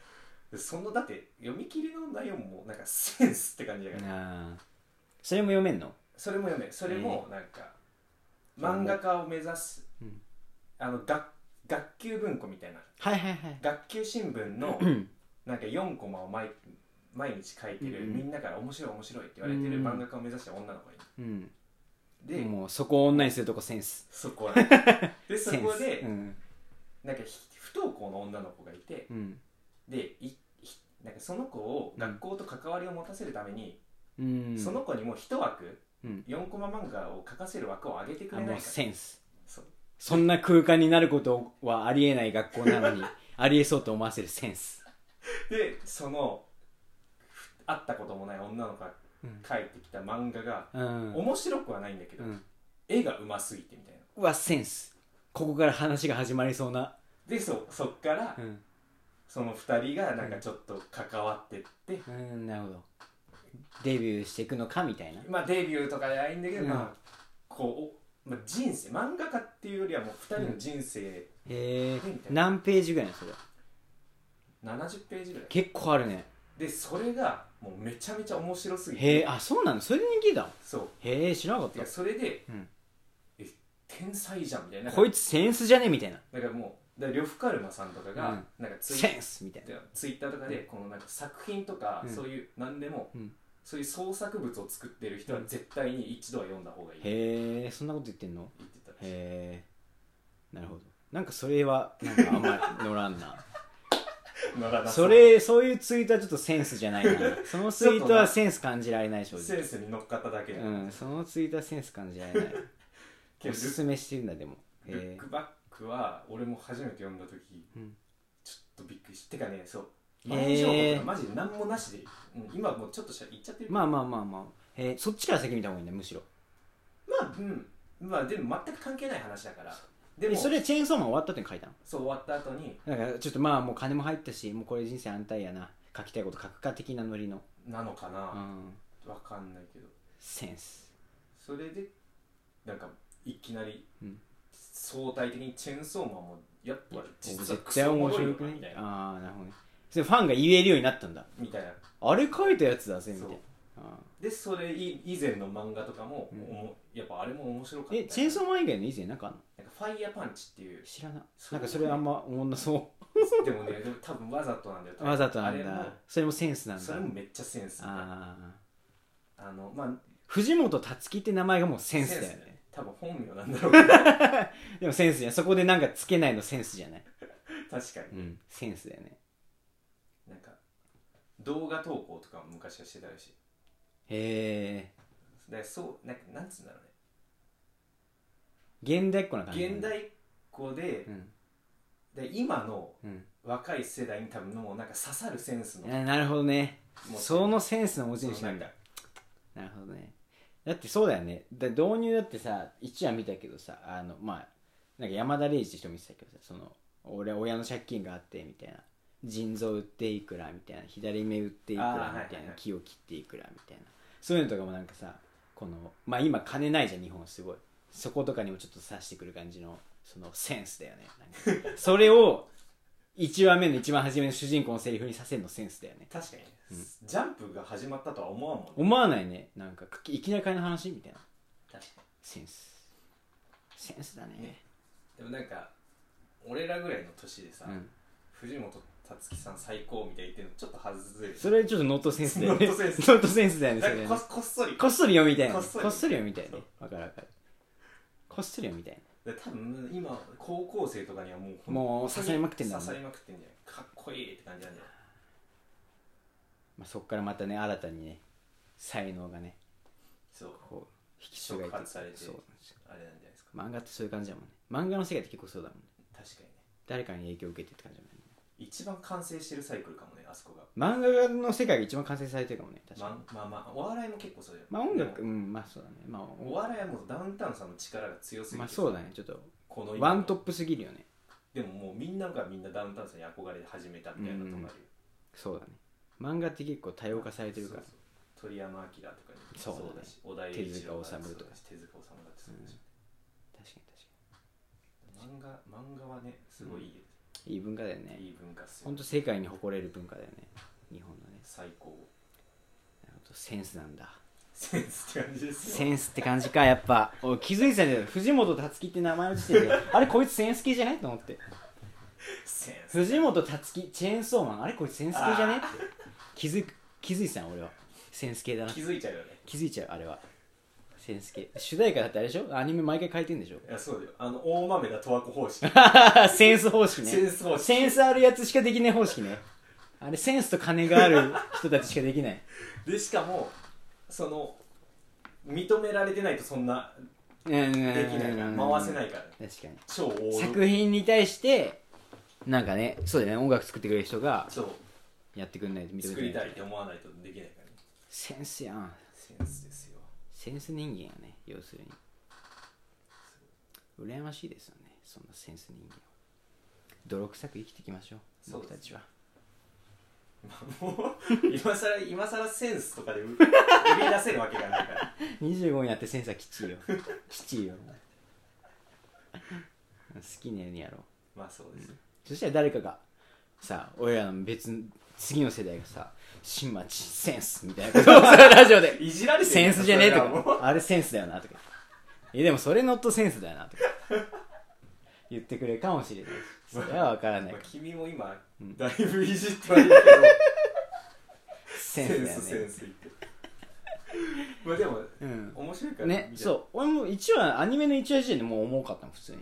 S1: でそのだって読み切りの内容もなんかセンスって感じだから、
S3: なあそれも読めんの
S1: それも読めそれもなんか、漫画家を目指す、
S3: うん
S1: あの学学級文庫みたいな
S3: はいはいはい
S1: 学級新聞の
S3: ん
S1: なんか4コマを毎毎日書いてる、
S3: うんうん
S1: みんなから面白い面白いって言われてる
S3: うん
S1: 漫画家を目指した女の子がいる
S3: うん
S1: で、
S3: もうそこを女にするとこセンス
S1: そこ なんだでそ
S3: セン
S1: こ
S3: ス
S1: で、
S3: うん
S1: なんかひ不登校の女の子がいて
S3: うん
S1: でいひなんかその子を学校と関わりを持たせるために、
S3: うん
S1: その子にもう一枠
S3: うん
S1: 4コマ漫画を書かせる枠を上げてく
S3: あ
S1: れな
S3: も
S1: いうか
S3: センス
S1: そう
S3: そんな空間になることはありえない学校なの にありえそうと思わせるセンス、
S1: でそのふ会ったこともない女の子が
S3: うん
S1: 書いてきた漫画が、
S3: うん
S1: 面白くはないんだけ
S3: う
S1: ど、
S3: ん、
S1: 絵がうますぎてみたいな
S3: はセンスここから話が始まりそうな、
S1: でそそっから、
S3: うん
S1: その2人がなんかちょっと関わってって、
S3: うん、なるほどデビューしていくのかみたいな
S1: まあデビューとかじゃないんだけど、
S3: うん
S1: まあこう、おまあ、人生漫画家っていうよりはもう2人の人生
S3: へえ
S1: みたいな
S3: 何ページぐらいなのそれ
S1: 70ページぐらい
S3: 結構あるね
S1: でそれがもうめちゃめちゃ面白すぎ
S3: へえ
S1: て
S3: あそうなのそれで人気だ
S1: そ
S3: へえ知らなかっ
S1: うい
S3: た
S1: やそれで、
S3: うん
S1: え天才じゃんみたいな
S3: こいつセンスじゃねみたいな
S1: だからもうだから呂布カルマさんとかが、なんかツイ
S3: センスみたいな
S1: でツイッターとかでこのなんか作品とか、
S3: うん
S1: そういう何でも、
S3: うん
S1: そういう創作物を作ってる人は絶対に一度は読んだ方がいいって
S3: へえそんなこと言ってんの
S1: 言ってたらしい
S3: へえなるほどなんかそれはなんかあんまり乗ら んな
S1: 乗らなう
S3: それそういうツイートはちょっとセンスじゃ ないなそのツイートはセンス感じられない正
S1: セ
S3: 直
S1: ンスに乗っかっただけで、
S3: うんそのツイートはセンス感じられない
S1: け
S3: お
S1: ど
S3: すすめしてるんだでも
S1: ルルッ
S3: へ
S1: クバックは俺も初めて読んだ時、
S3: うん
S1: ちょっとびっくりしてかねそう
S3: へー
S1: 前情報とかマジで何もなしで、うん今もうちょっとしか言っちゃって
S3: え
S1: る
S3: まあまあまあまあへえそっちから先見た方がいいねむしろ
S1: まあうんまあでも全く関係ない話だからで
S3: え
S1: も
S3: それチェーンソーマン終わった後に書いたの
S1: そう終わった後に
S3: なんかちょっとまあもう金も入ったしもうこれ人生安泰やな書きたいこと書くか的なノリの
S1: なのか
S3: う
S1: な、
S3: ん
S1: わかんないけど
S3: センス
S1: それでなんかいきなり、
S3: うん
S1: 相対的にチェーンソーマンもやっぱ実は
S3: 絶
S1: ク
S3: 対
S1: ソおも
S3: 面
S1: ろい
S3: 白
S1: よ
S3: く
S1: な
S3: ね
S1: みたいな
S3: ああなるほどねそれファンが言えるようになったんだ
S1: みたいな
S3: あれ書いたやつだぜみたいな
S1: そう
S3: あ
S1: でそれ以以前の漫画とかも、
S3: うん
S1: おもやっぱあれも面白かっ
S3: ー
S1: た
S3: えチェーンソーマン以外の以前なんかあんの
S1: なんかファイヤーパンチっていう
S3: 知らな
S1: そ
S3: な
S1: うん
S3: かそれあんま思んなそ
S1: でもね でも多分わざとなんだよ
S3: うわざとな
S1: あ
S3: ん
S1: れ
S3: だ
S1: も
S3: それもセンスなんだ
S1: それもめっちゃセンスあ
S3: ああ
S1: のまあ
S3: 藤本辰樹って名前がもうセンスだよ
S1: セ
S3: ね
S1: 多分本名なんだろうけ ど確か
S3: でもセンスじゃないそこでなんかつけないのセンスじゃない
S1: に
S3: うんセンスだよね
S1: なんか動画投稿とかも昔はしてたらしい
S3: へえ
S1: でそうなんかなんつうんだろ
S3: 現代っ子な
S1: う
S3: 感じ
S1: ね現代っ子で,、
S3: うん
S1: で今の
S3: うん
S1: 若い世代に多分もうなんか刺さるセンスの
S3: あーなるほどね
S1: もう
S3: そのセンスの持ち
S1: そう
S3: 主
S1: な
S3: なんん
S1: か
S3: だなるほどねだってそうだよねだ導入だってさ一話見たけどさあのまあなんか山田礼二って人見てたけどさその俺親の借金があってみたいな腎臓売っていくらみたいな左目売っていく
S1: あーはい
S3: ら
S1: はいはい
S3: みたいな木を切っていくらみたいなそういうのとかもなんかさこのまあ今金ないじゃん日本すごいそことかにもちょっと刺してくる感じのそのセンスだよねなんかそれを1話目の一番初めの主人公のセリフにさせるのセンスだよね
S1: 確かにね、ジャンプが始まったとは思わんもんね
S3: 思わないねなんかいきなり金の話みたいな
S1: 確かに
S3: センスセンスだね
S1: ねでもなんか俺らぐらいの年でさ、
S3: うん、
S1: 藤本辰樹さん最高みたいな言ってるのちょっと外ずる
S3: それちょっとノットセンスだよね
S1: ノットセンス
S3: ノットセンスだよねそれ
S1: なん
S3: ね
S1: かここっそり
S3: こっそり読みたいな
S1: こ
S3: こ
S1: っ
S3: っ
S1: そ
S3: そ
S1: り
S3: り読みたい
S1: そ
S3: ね
S1: う
S3: わかるわかるこっそり読みたい
S1: で多分今高校生とかにはもう
S3: もう刺さりまくってんだもん
S1: 刺さりまくってんじゃんかっこいいって感じなんだよ
S3: まあ、そこからまたね新たにね才能がね
S1: そう
S3: こう引き継がれ
S1: 触発されて
S3: そうなんですよ
S1: あれなんじゃないですか
S3: 漫画ってそういう感じだもんね漫画の世界って結構そうだもんね
S1: 確かにね
S3: 誰かに影響を受けてって感じだもんね
S1: 一番完成してるサイクルかもねあそこが
S3: 漫画の世界が一番完成されてるかもね確かに、
S1: ままあまあお笑いも結構そうだよ
S3: まあ音楽
S1: でも
S3: うんまあそうだねまあ
S1: お
S3: お
S1: 笑いはもうダウンタウンさんの力が強すぎて
S3: まあそうだねちょっと
S1: この今
S3: ワントップすぎるよね
S1: でももうみんながみんなダウンタウンさんに憧れて始めたみたいなとこあるよ
S3: そうだね漫画って結構多様化されてるから
S1: そうそう鳥山明とかに
S3: そうだね
S1: し小田栄
S3: 手
S1: 一
S3: 塚
S1: 郎
S3: 治虫
S1: そ
S3: とか
S1: うだし手塚治虫だってそうだし、
S3: 確かに確か
S1: 漫画漫画はねすごいいいよ、
S3: にいい文化だよね
S1: いい文化っすよ
S3: 本当世界に誇れる文化だよね日本のね
S1: 最高
S3: なるほどセンスなんだ
S1: センスって感じです
S3: セ
S1: よ
S3: ンスって感じかやっぱおい気づいてたんだよ藤本辰樹って名前の時点であれこいつセンス系じゃないと思って
S1: センス
S3: 藤本辰樹チェーンソーマンあれこいつセンス系じゃねって気づく気づいてたの俺はセンス系だな
S1: 気づいちゃうよね
S3: 気づいちゃうあれは千助主題歌だってあれでしょアニメ毎回変えてん でしょ
S1: いやそうだよあの大豆田十和子方式
S3: センス方式ね
S1: センス方式
S3: センスあるやつしかできない方式ねあれセンスと金がある人たちしかできない
S1: でしかもその認められてないとそんな
S3: でき な
S1: できないから回せないから
S3: 確かに
S1: 超大物
S3: 作品に対してなんかねそうだよね音楽作ってくれる人が
S1: そう
S3: やってくんないと認めて
S1: 作りた
S3: ない
S1: いって思わないとできないからね
S3: センスやん
S1: センスですよ
S3: センス人間やね要するに羨ましいですよねそんなセンス人間は泥臭く生きていきましょう
S1: そう
S3: 僕
S1: です
S3: たちは
S1: もう今さら今さらセンスとかで売り出せるわけがないから
S3: 25になってセンスはきちいよ きちいよ好きなようにやろう
S1: まあそうです、
S3: そしたら誰かがさ俺らの別の次の世代がさ「新町センス」みたいなことをさラジオで
S1: いじられてる
S3: センスじゃねえと
S1: それはも
S3: か、あれセンスだよなとか。え、でもそれノットセンスだよなとか。言ってくれるかもしれないし。それはわからな
S1: う
S3: い
S1: まあ。君も今
S3: うん
S1: だいぶいじってはいるけど
S3: セ
S1: セ
S3: ン
S1: ン
S3: ス
S1: ス
S3: だ
S1: セ
S3: よ
S1: ン
S3: ね。
S1: ス言ってまあでも
S3: うん。
S1: 面白いから
S3: ね、
S1: う
S3: そう。俺も一話、アニメの一話時点でもう重かったの、普通に。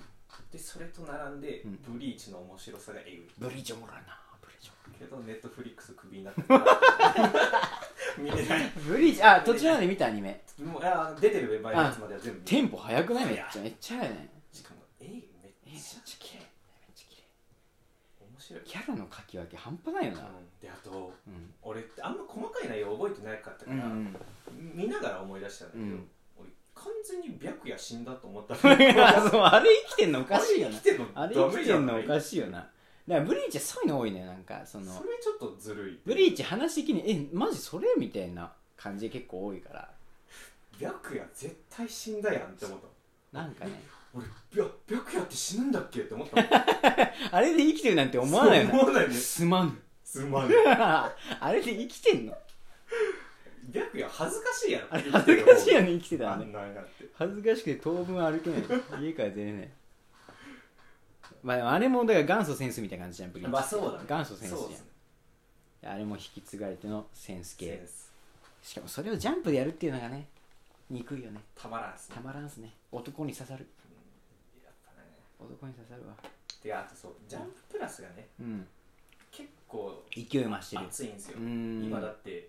S1: でそれと並んで、
S3: うん
S1: ブリーチの面白さがえぐい
S3: ブリーチおもろいな、ブリーチおも
S1: けどネットフリックスクビにな ったから見れない
S3: ろいブリーチ、あ、途中まで見たアニメ。
S1: もうあ出てる前のやつまでは全部見た
S3: テンポ速くないめっちゃ、めっちゃ速いね。
S1: しかもえめっ
S3: え、めっ
S1: ちゃ
S3: ちゃ綺麗。めっちゃ綺麗。
S1: 面白い
S3: キャラの書き分け半端ないよな。
S1: うんであと
S3: うん。
S1: 俺ってあんま細かい内容覚えてなかったか
S3: う
S1: ら、
S3: ん。
S1: 見ながら思い出したんだけど、
S3: うん
S1: 俺完全に白夜死んだと思 った
S3: そう
S1: の
S3: あれ生きてんのおかしいよな
S1: 生き。てんの
S3: あれ
S1: ダ
S3: 生
S1: メ
S3: き
S1: じ
S3: て
S1: ゃ
S3: ん
S1: な
S3: の
S1: い
S3: おかしいよな。だからブリーチはそういうの多いね、なんか、そ
S1: それ
S3: の、
S1: ちょっとずるい
S3: ブリーチ話的に、え、マジそれみたいな感じ結構多いから、
S1: 白夜絶対死んだやんって思った
S3: なんかね、
S1: 俺白白夜って死ぬんだっけって思ったもん
S3: あれで生きてるなんて 思わない
S1: そ
S3: よ
S1: う
S3: な。
S1: 思わないね
S3: すまん。
S1: すまん
S3: あれで生きてんの
S1: 白夜恥ずかしいやろ
S3: あれ恥ずかしいよね、生きてた
S1: あ
S3: らね
S1: ん。なんやって
S3: 恥ずかしくて当分歩けない。家から出れない。まあでもあれもだから元祖センスみたいな感じじゃん、ブリーチ。
S1: まあそうだね
S3: 元祖センス
S1: そう
S3: じ
S1: で
S3: ゃ
S1: すね
S3: ん。あれも引き継がれてのセンス
S1: セ
S3: 系
S1: ン。ス
S3: しかもそれをジャンプでやるっていうのがね、憎いよね。
S1: たまらんっすね
S3: たまらんすね。男に刺さる。
S1: やっぱね
S3: 男に刺さるわ
S1: であとそうジャンププラスがね
S3: うん
S1: 結構
S3: 勢い増してる
S1: 熱いんですよ
S3: うん
S1: 今だって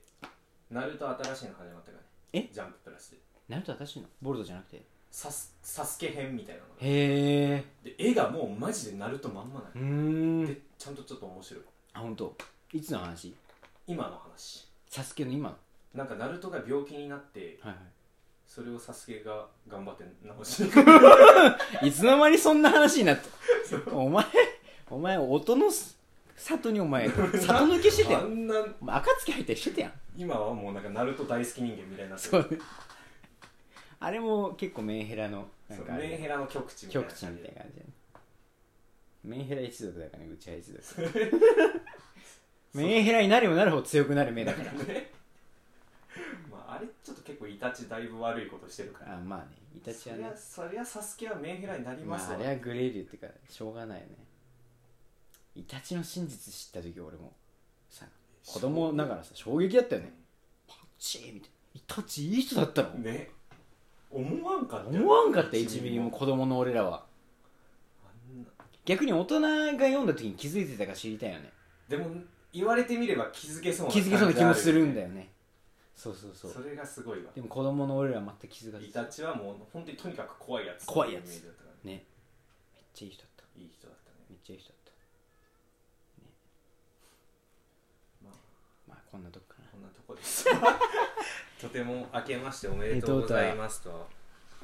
S1: ナルト新しいの始まったからね
S3: え
S1: ジャンププラスで
S3: ナルト新しいのボルトじゃなくてへ
S1: サスサスケ編みたいなのが
S3: え
S1: で絵がもうマジでナルトまんまな
S3: う
S1: い
S3: ーん
S1: でちゃんとちょっと面白い
S3: あ本当。いつの話
S1: 今の話
S3: サスケの今の
S1: なんかナルトが病気になって
S3: はい
S1: それをサスケが頑張って直して
S3: はいいつの間にそんな話になったお前お前音の里にお 前里抜けしてた
S1: あ
S3: よ
S1: んな
S3: お前暁入ったりしてたやん
S1: 今はもうなんかナルト大好き人間みたいになってる
S3: そうねあれも結構メンヘラのなん
S1: そう
S3: かあれ
S1: メンヘラの極地みたいな
S3: 極地みたいな感じだねメンヘラ一族だからねうちは一族メンヘラになればなるほど強くなる目だか ら
S1: ねまあ、あれちょっと結構イタチだいぶ悪いことしてるから
S3: あまあねイタチはね
S1: そりゃそりゃサスケはメンヘラになり
S3: ま
S1: ます
S3: あ、
S1: わ、
S3: あれはグレーリューっていうかしょうがないよねイタチの真実知った時俺もさ子供ながらさ衝撃だったよねパチーみたいなイタチいい人だったの
S1: ね思わんかったよ
S3: 思わんかった1ミリも子供の俺らは
S1: あんな
S3: 逆に大人が読んだ時に気づいてたか知りたいよね
S1: でも言われてみれば気づけそうな
S3: 気づけそうな気もするんだ
S1: よ
S3: よねそうそうそう
S1: それがすごいわ
S3: でも子供の俺らは全く気づかず
S1: イタチはもう本当にとにかく怖いやつ
S3: 怖いやつ
S1: ってうイメージだったか
S3: ねめっちゃいい人だった
S1: らいい人だったね
S3: めっちゃいい人だった
S1: まあ
S3: まあこんなとこかな
S1: こんなとこです とても明けましておめでとうございますと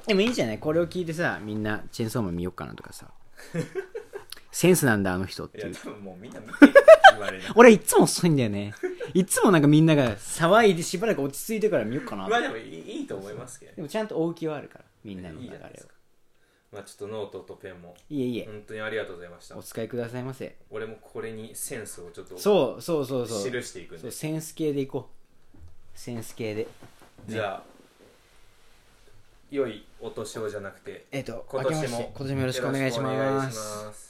S3: でもいいんじゃないこれを聞いてさみんなチェーンソーマン見よっかなと かさセンスなんだあの人っ
S1: い
S3: て
S1: や
S3: いう
S1: 多分もうみんな見てる言 われる
S3: 俺いつも遅いんだよねいつもなんかみんなが騒いでしばらく落ち着いてから見よっかな
S1: まあでもいいいいと思いますけどね
S3: でもちゃんと大きはあるからみんなの
S1: いいじ
S3: 流れ
S1: ゃ
S3: を
S1: ないですかまあちょっとノートとペンも
S3: いえいえ
S1: 本当にありがとうございました
S3: お使いくださいませ
S1: 俺もこれにセンスをちょっと
S3: そうそうそうそう
S1: 記していくん
S3: そ
S1: で
S3: うセンス系でいこうセンス系で
S1: じゃあ良いお年をじゃなくて
S3: えっ、と
S1: 今年
S3: 明けまして
S1: も
S3: 今年もよろしくお願いし
S1: よろ
S3: ま
S1: しくお
S3: す
S1: 願いします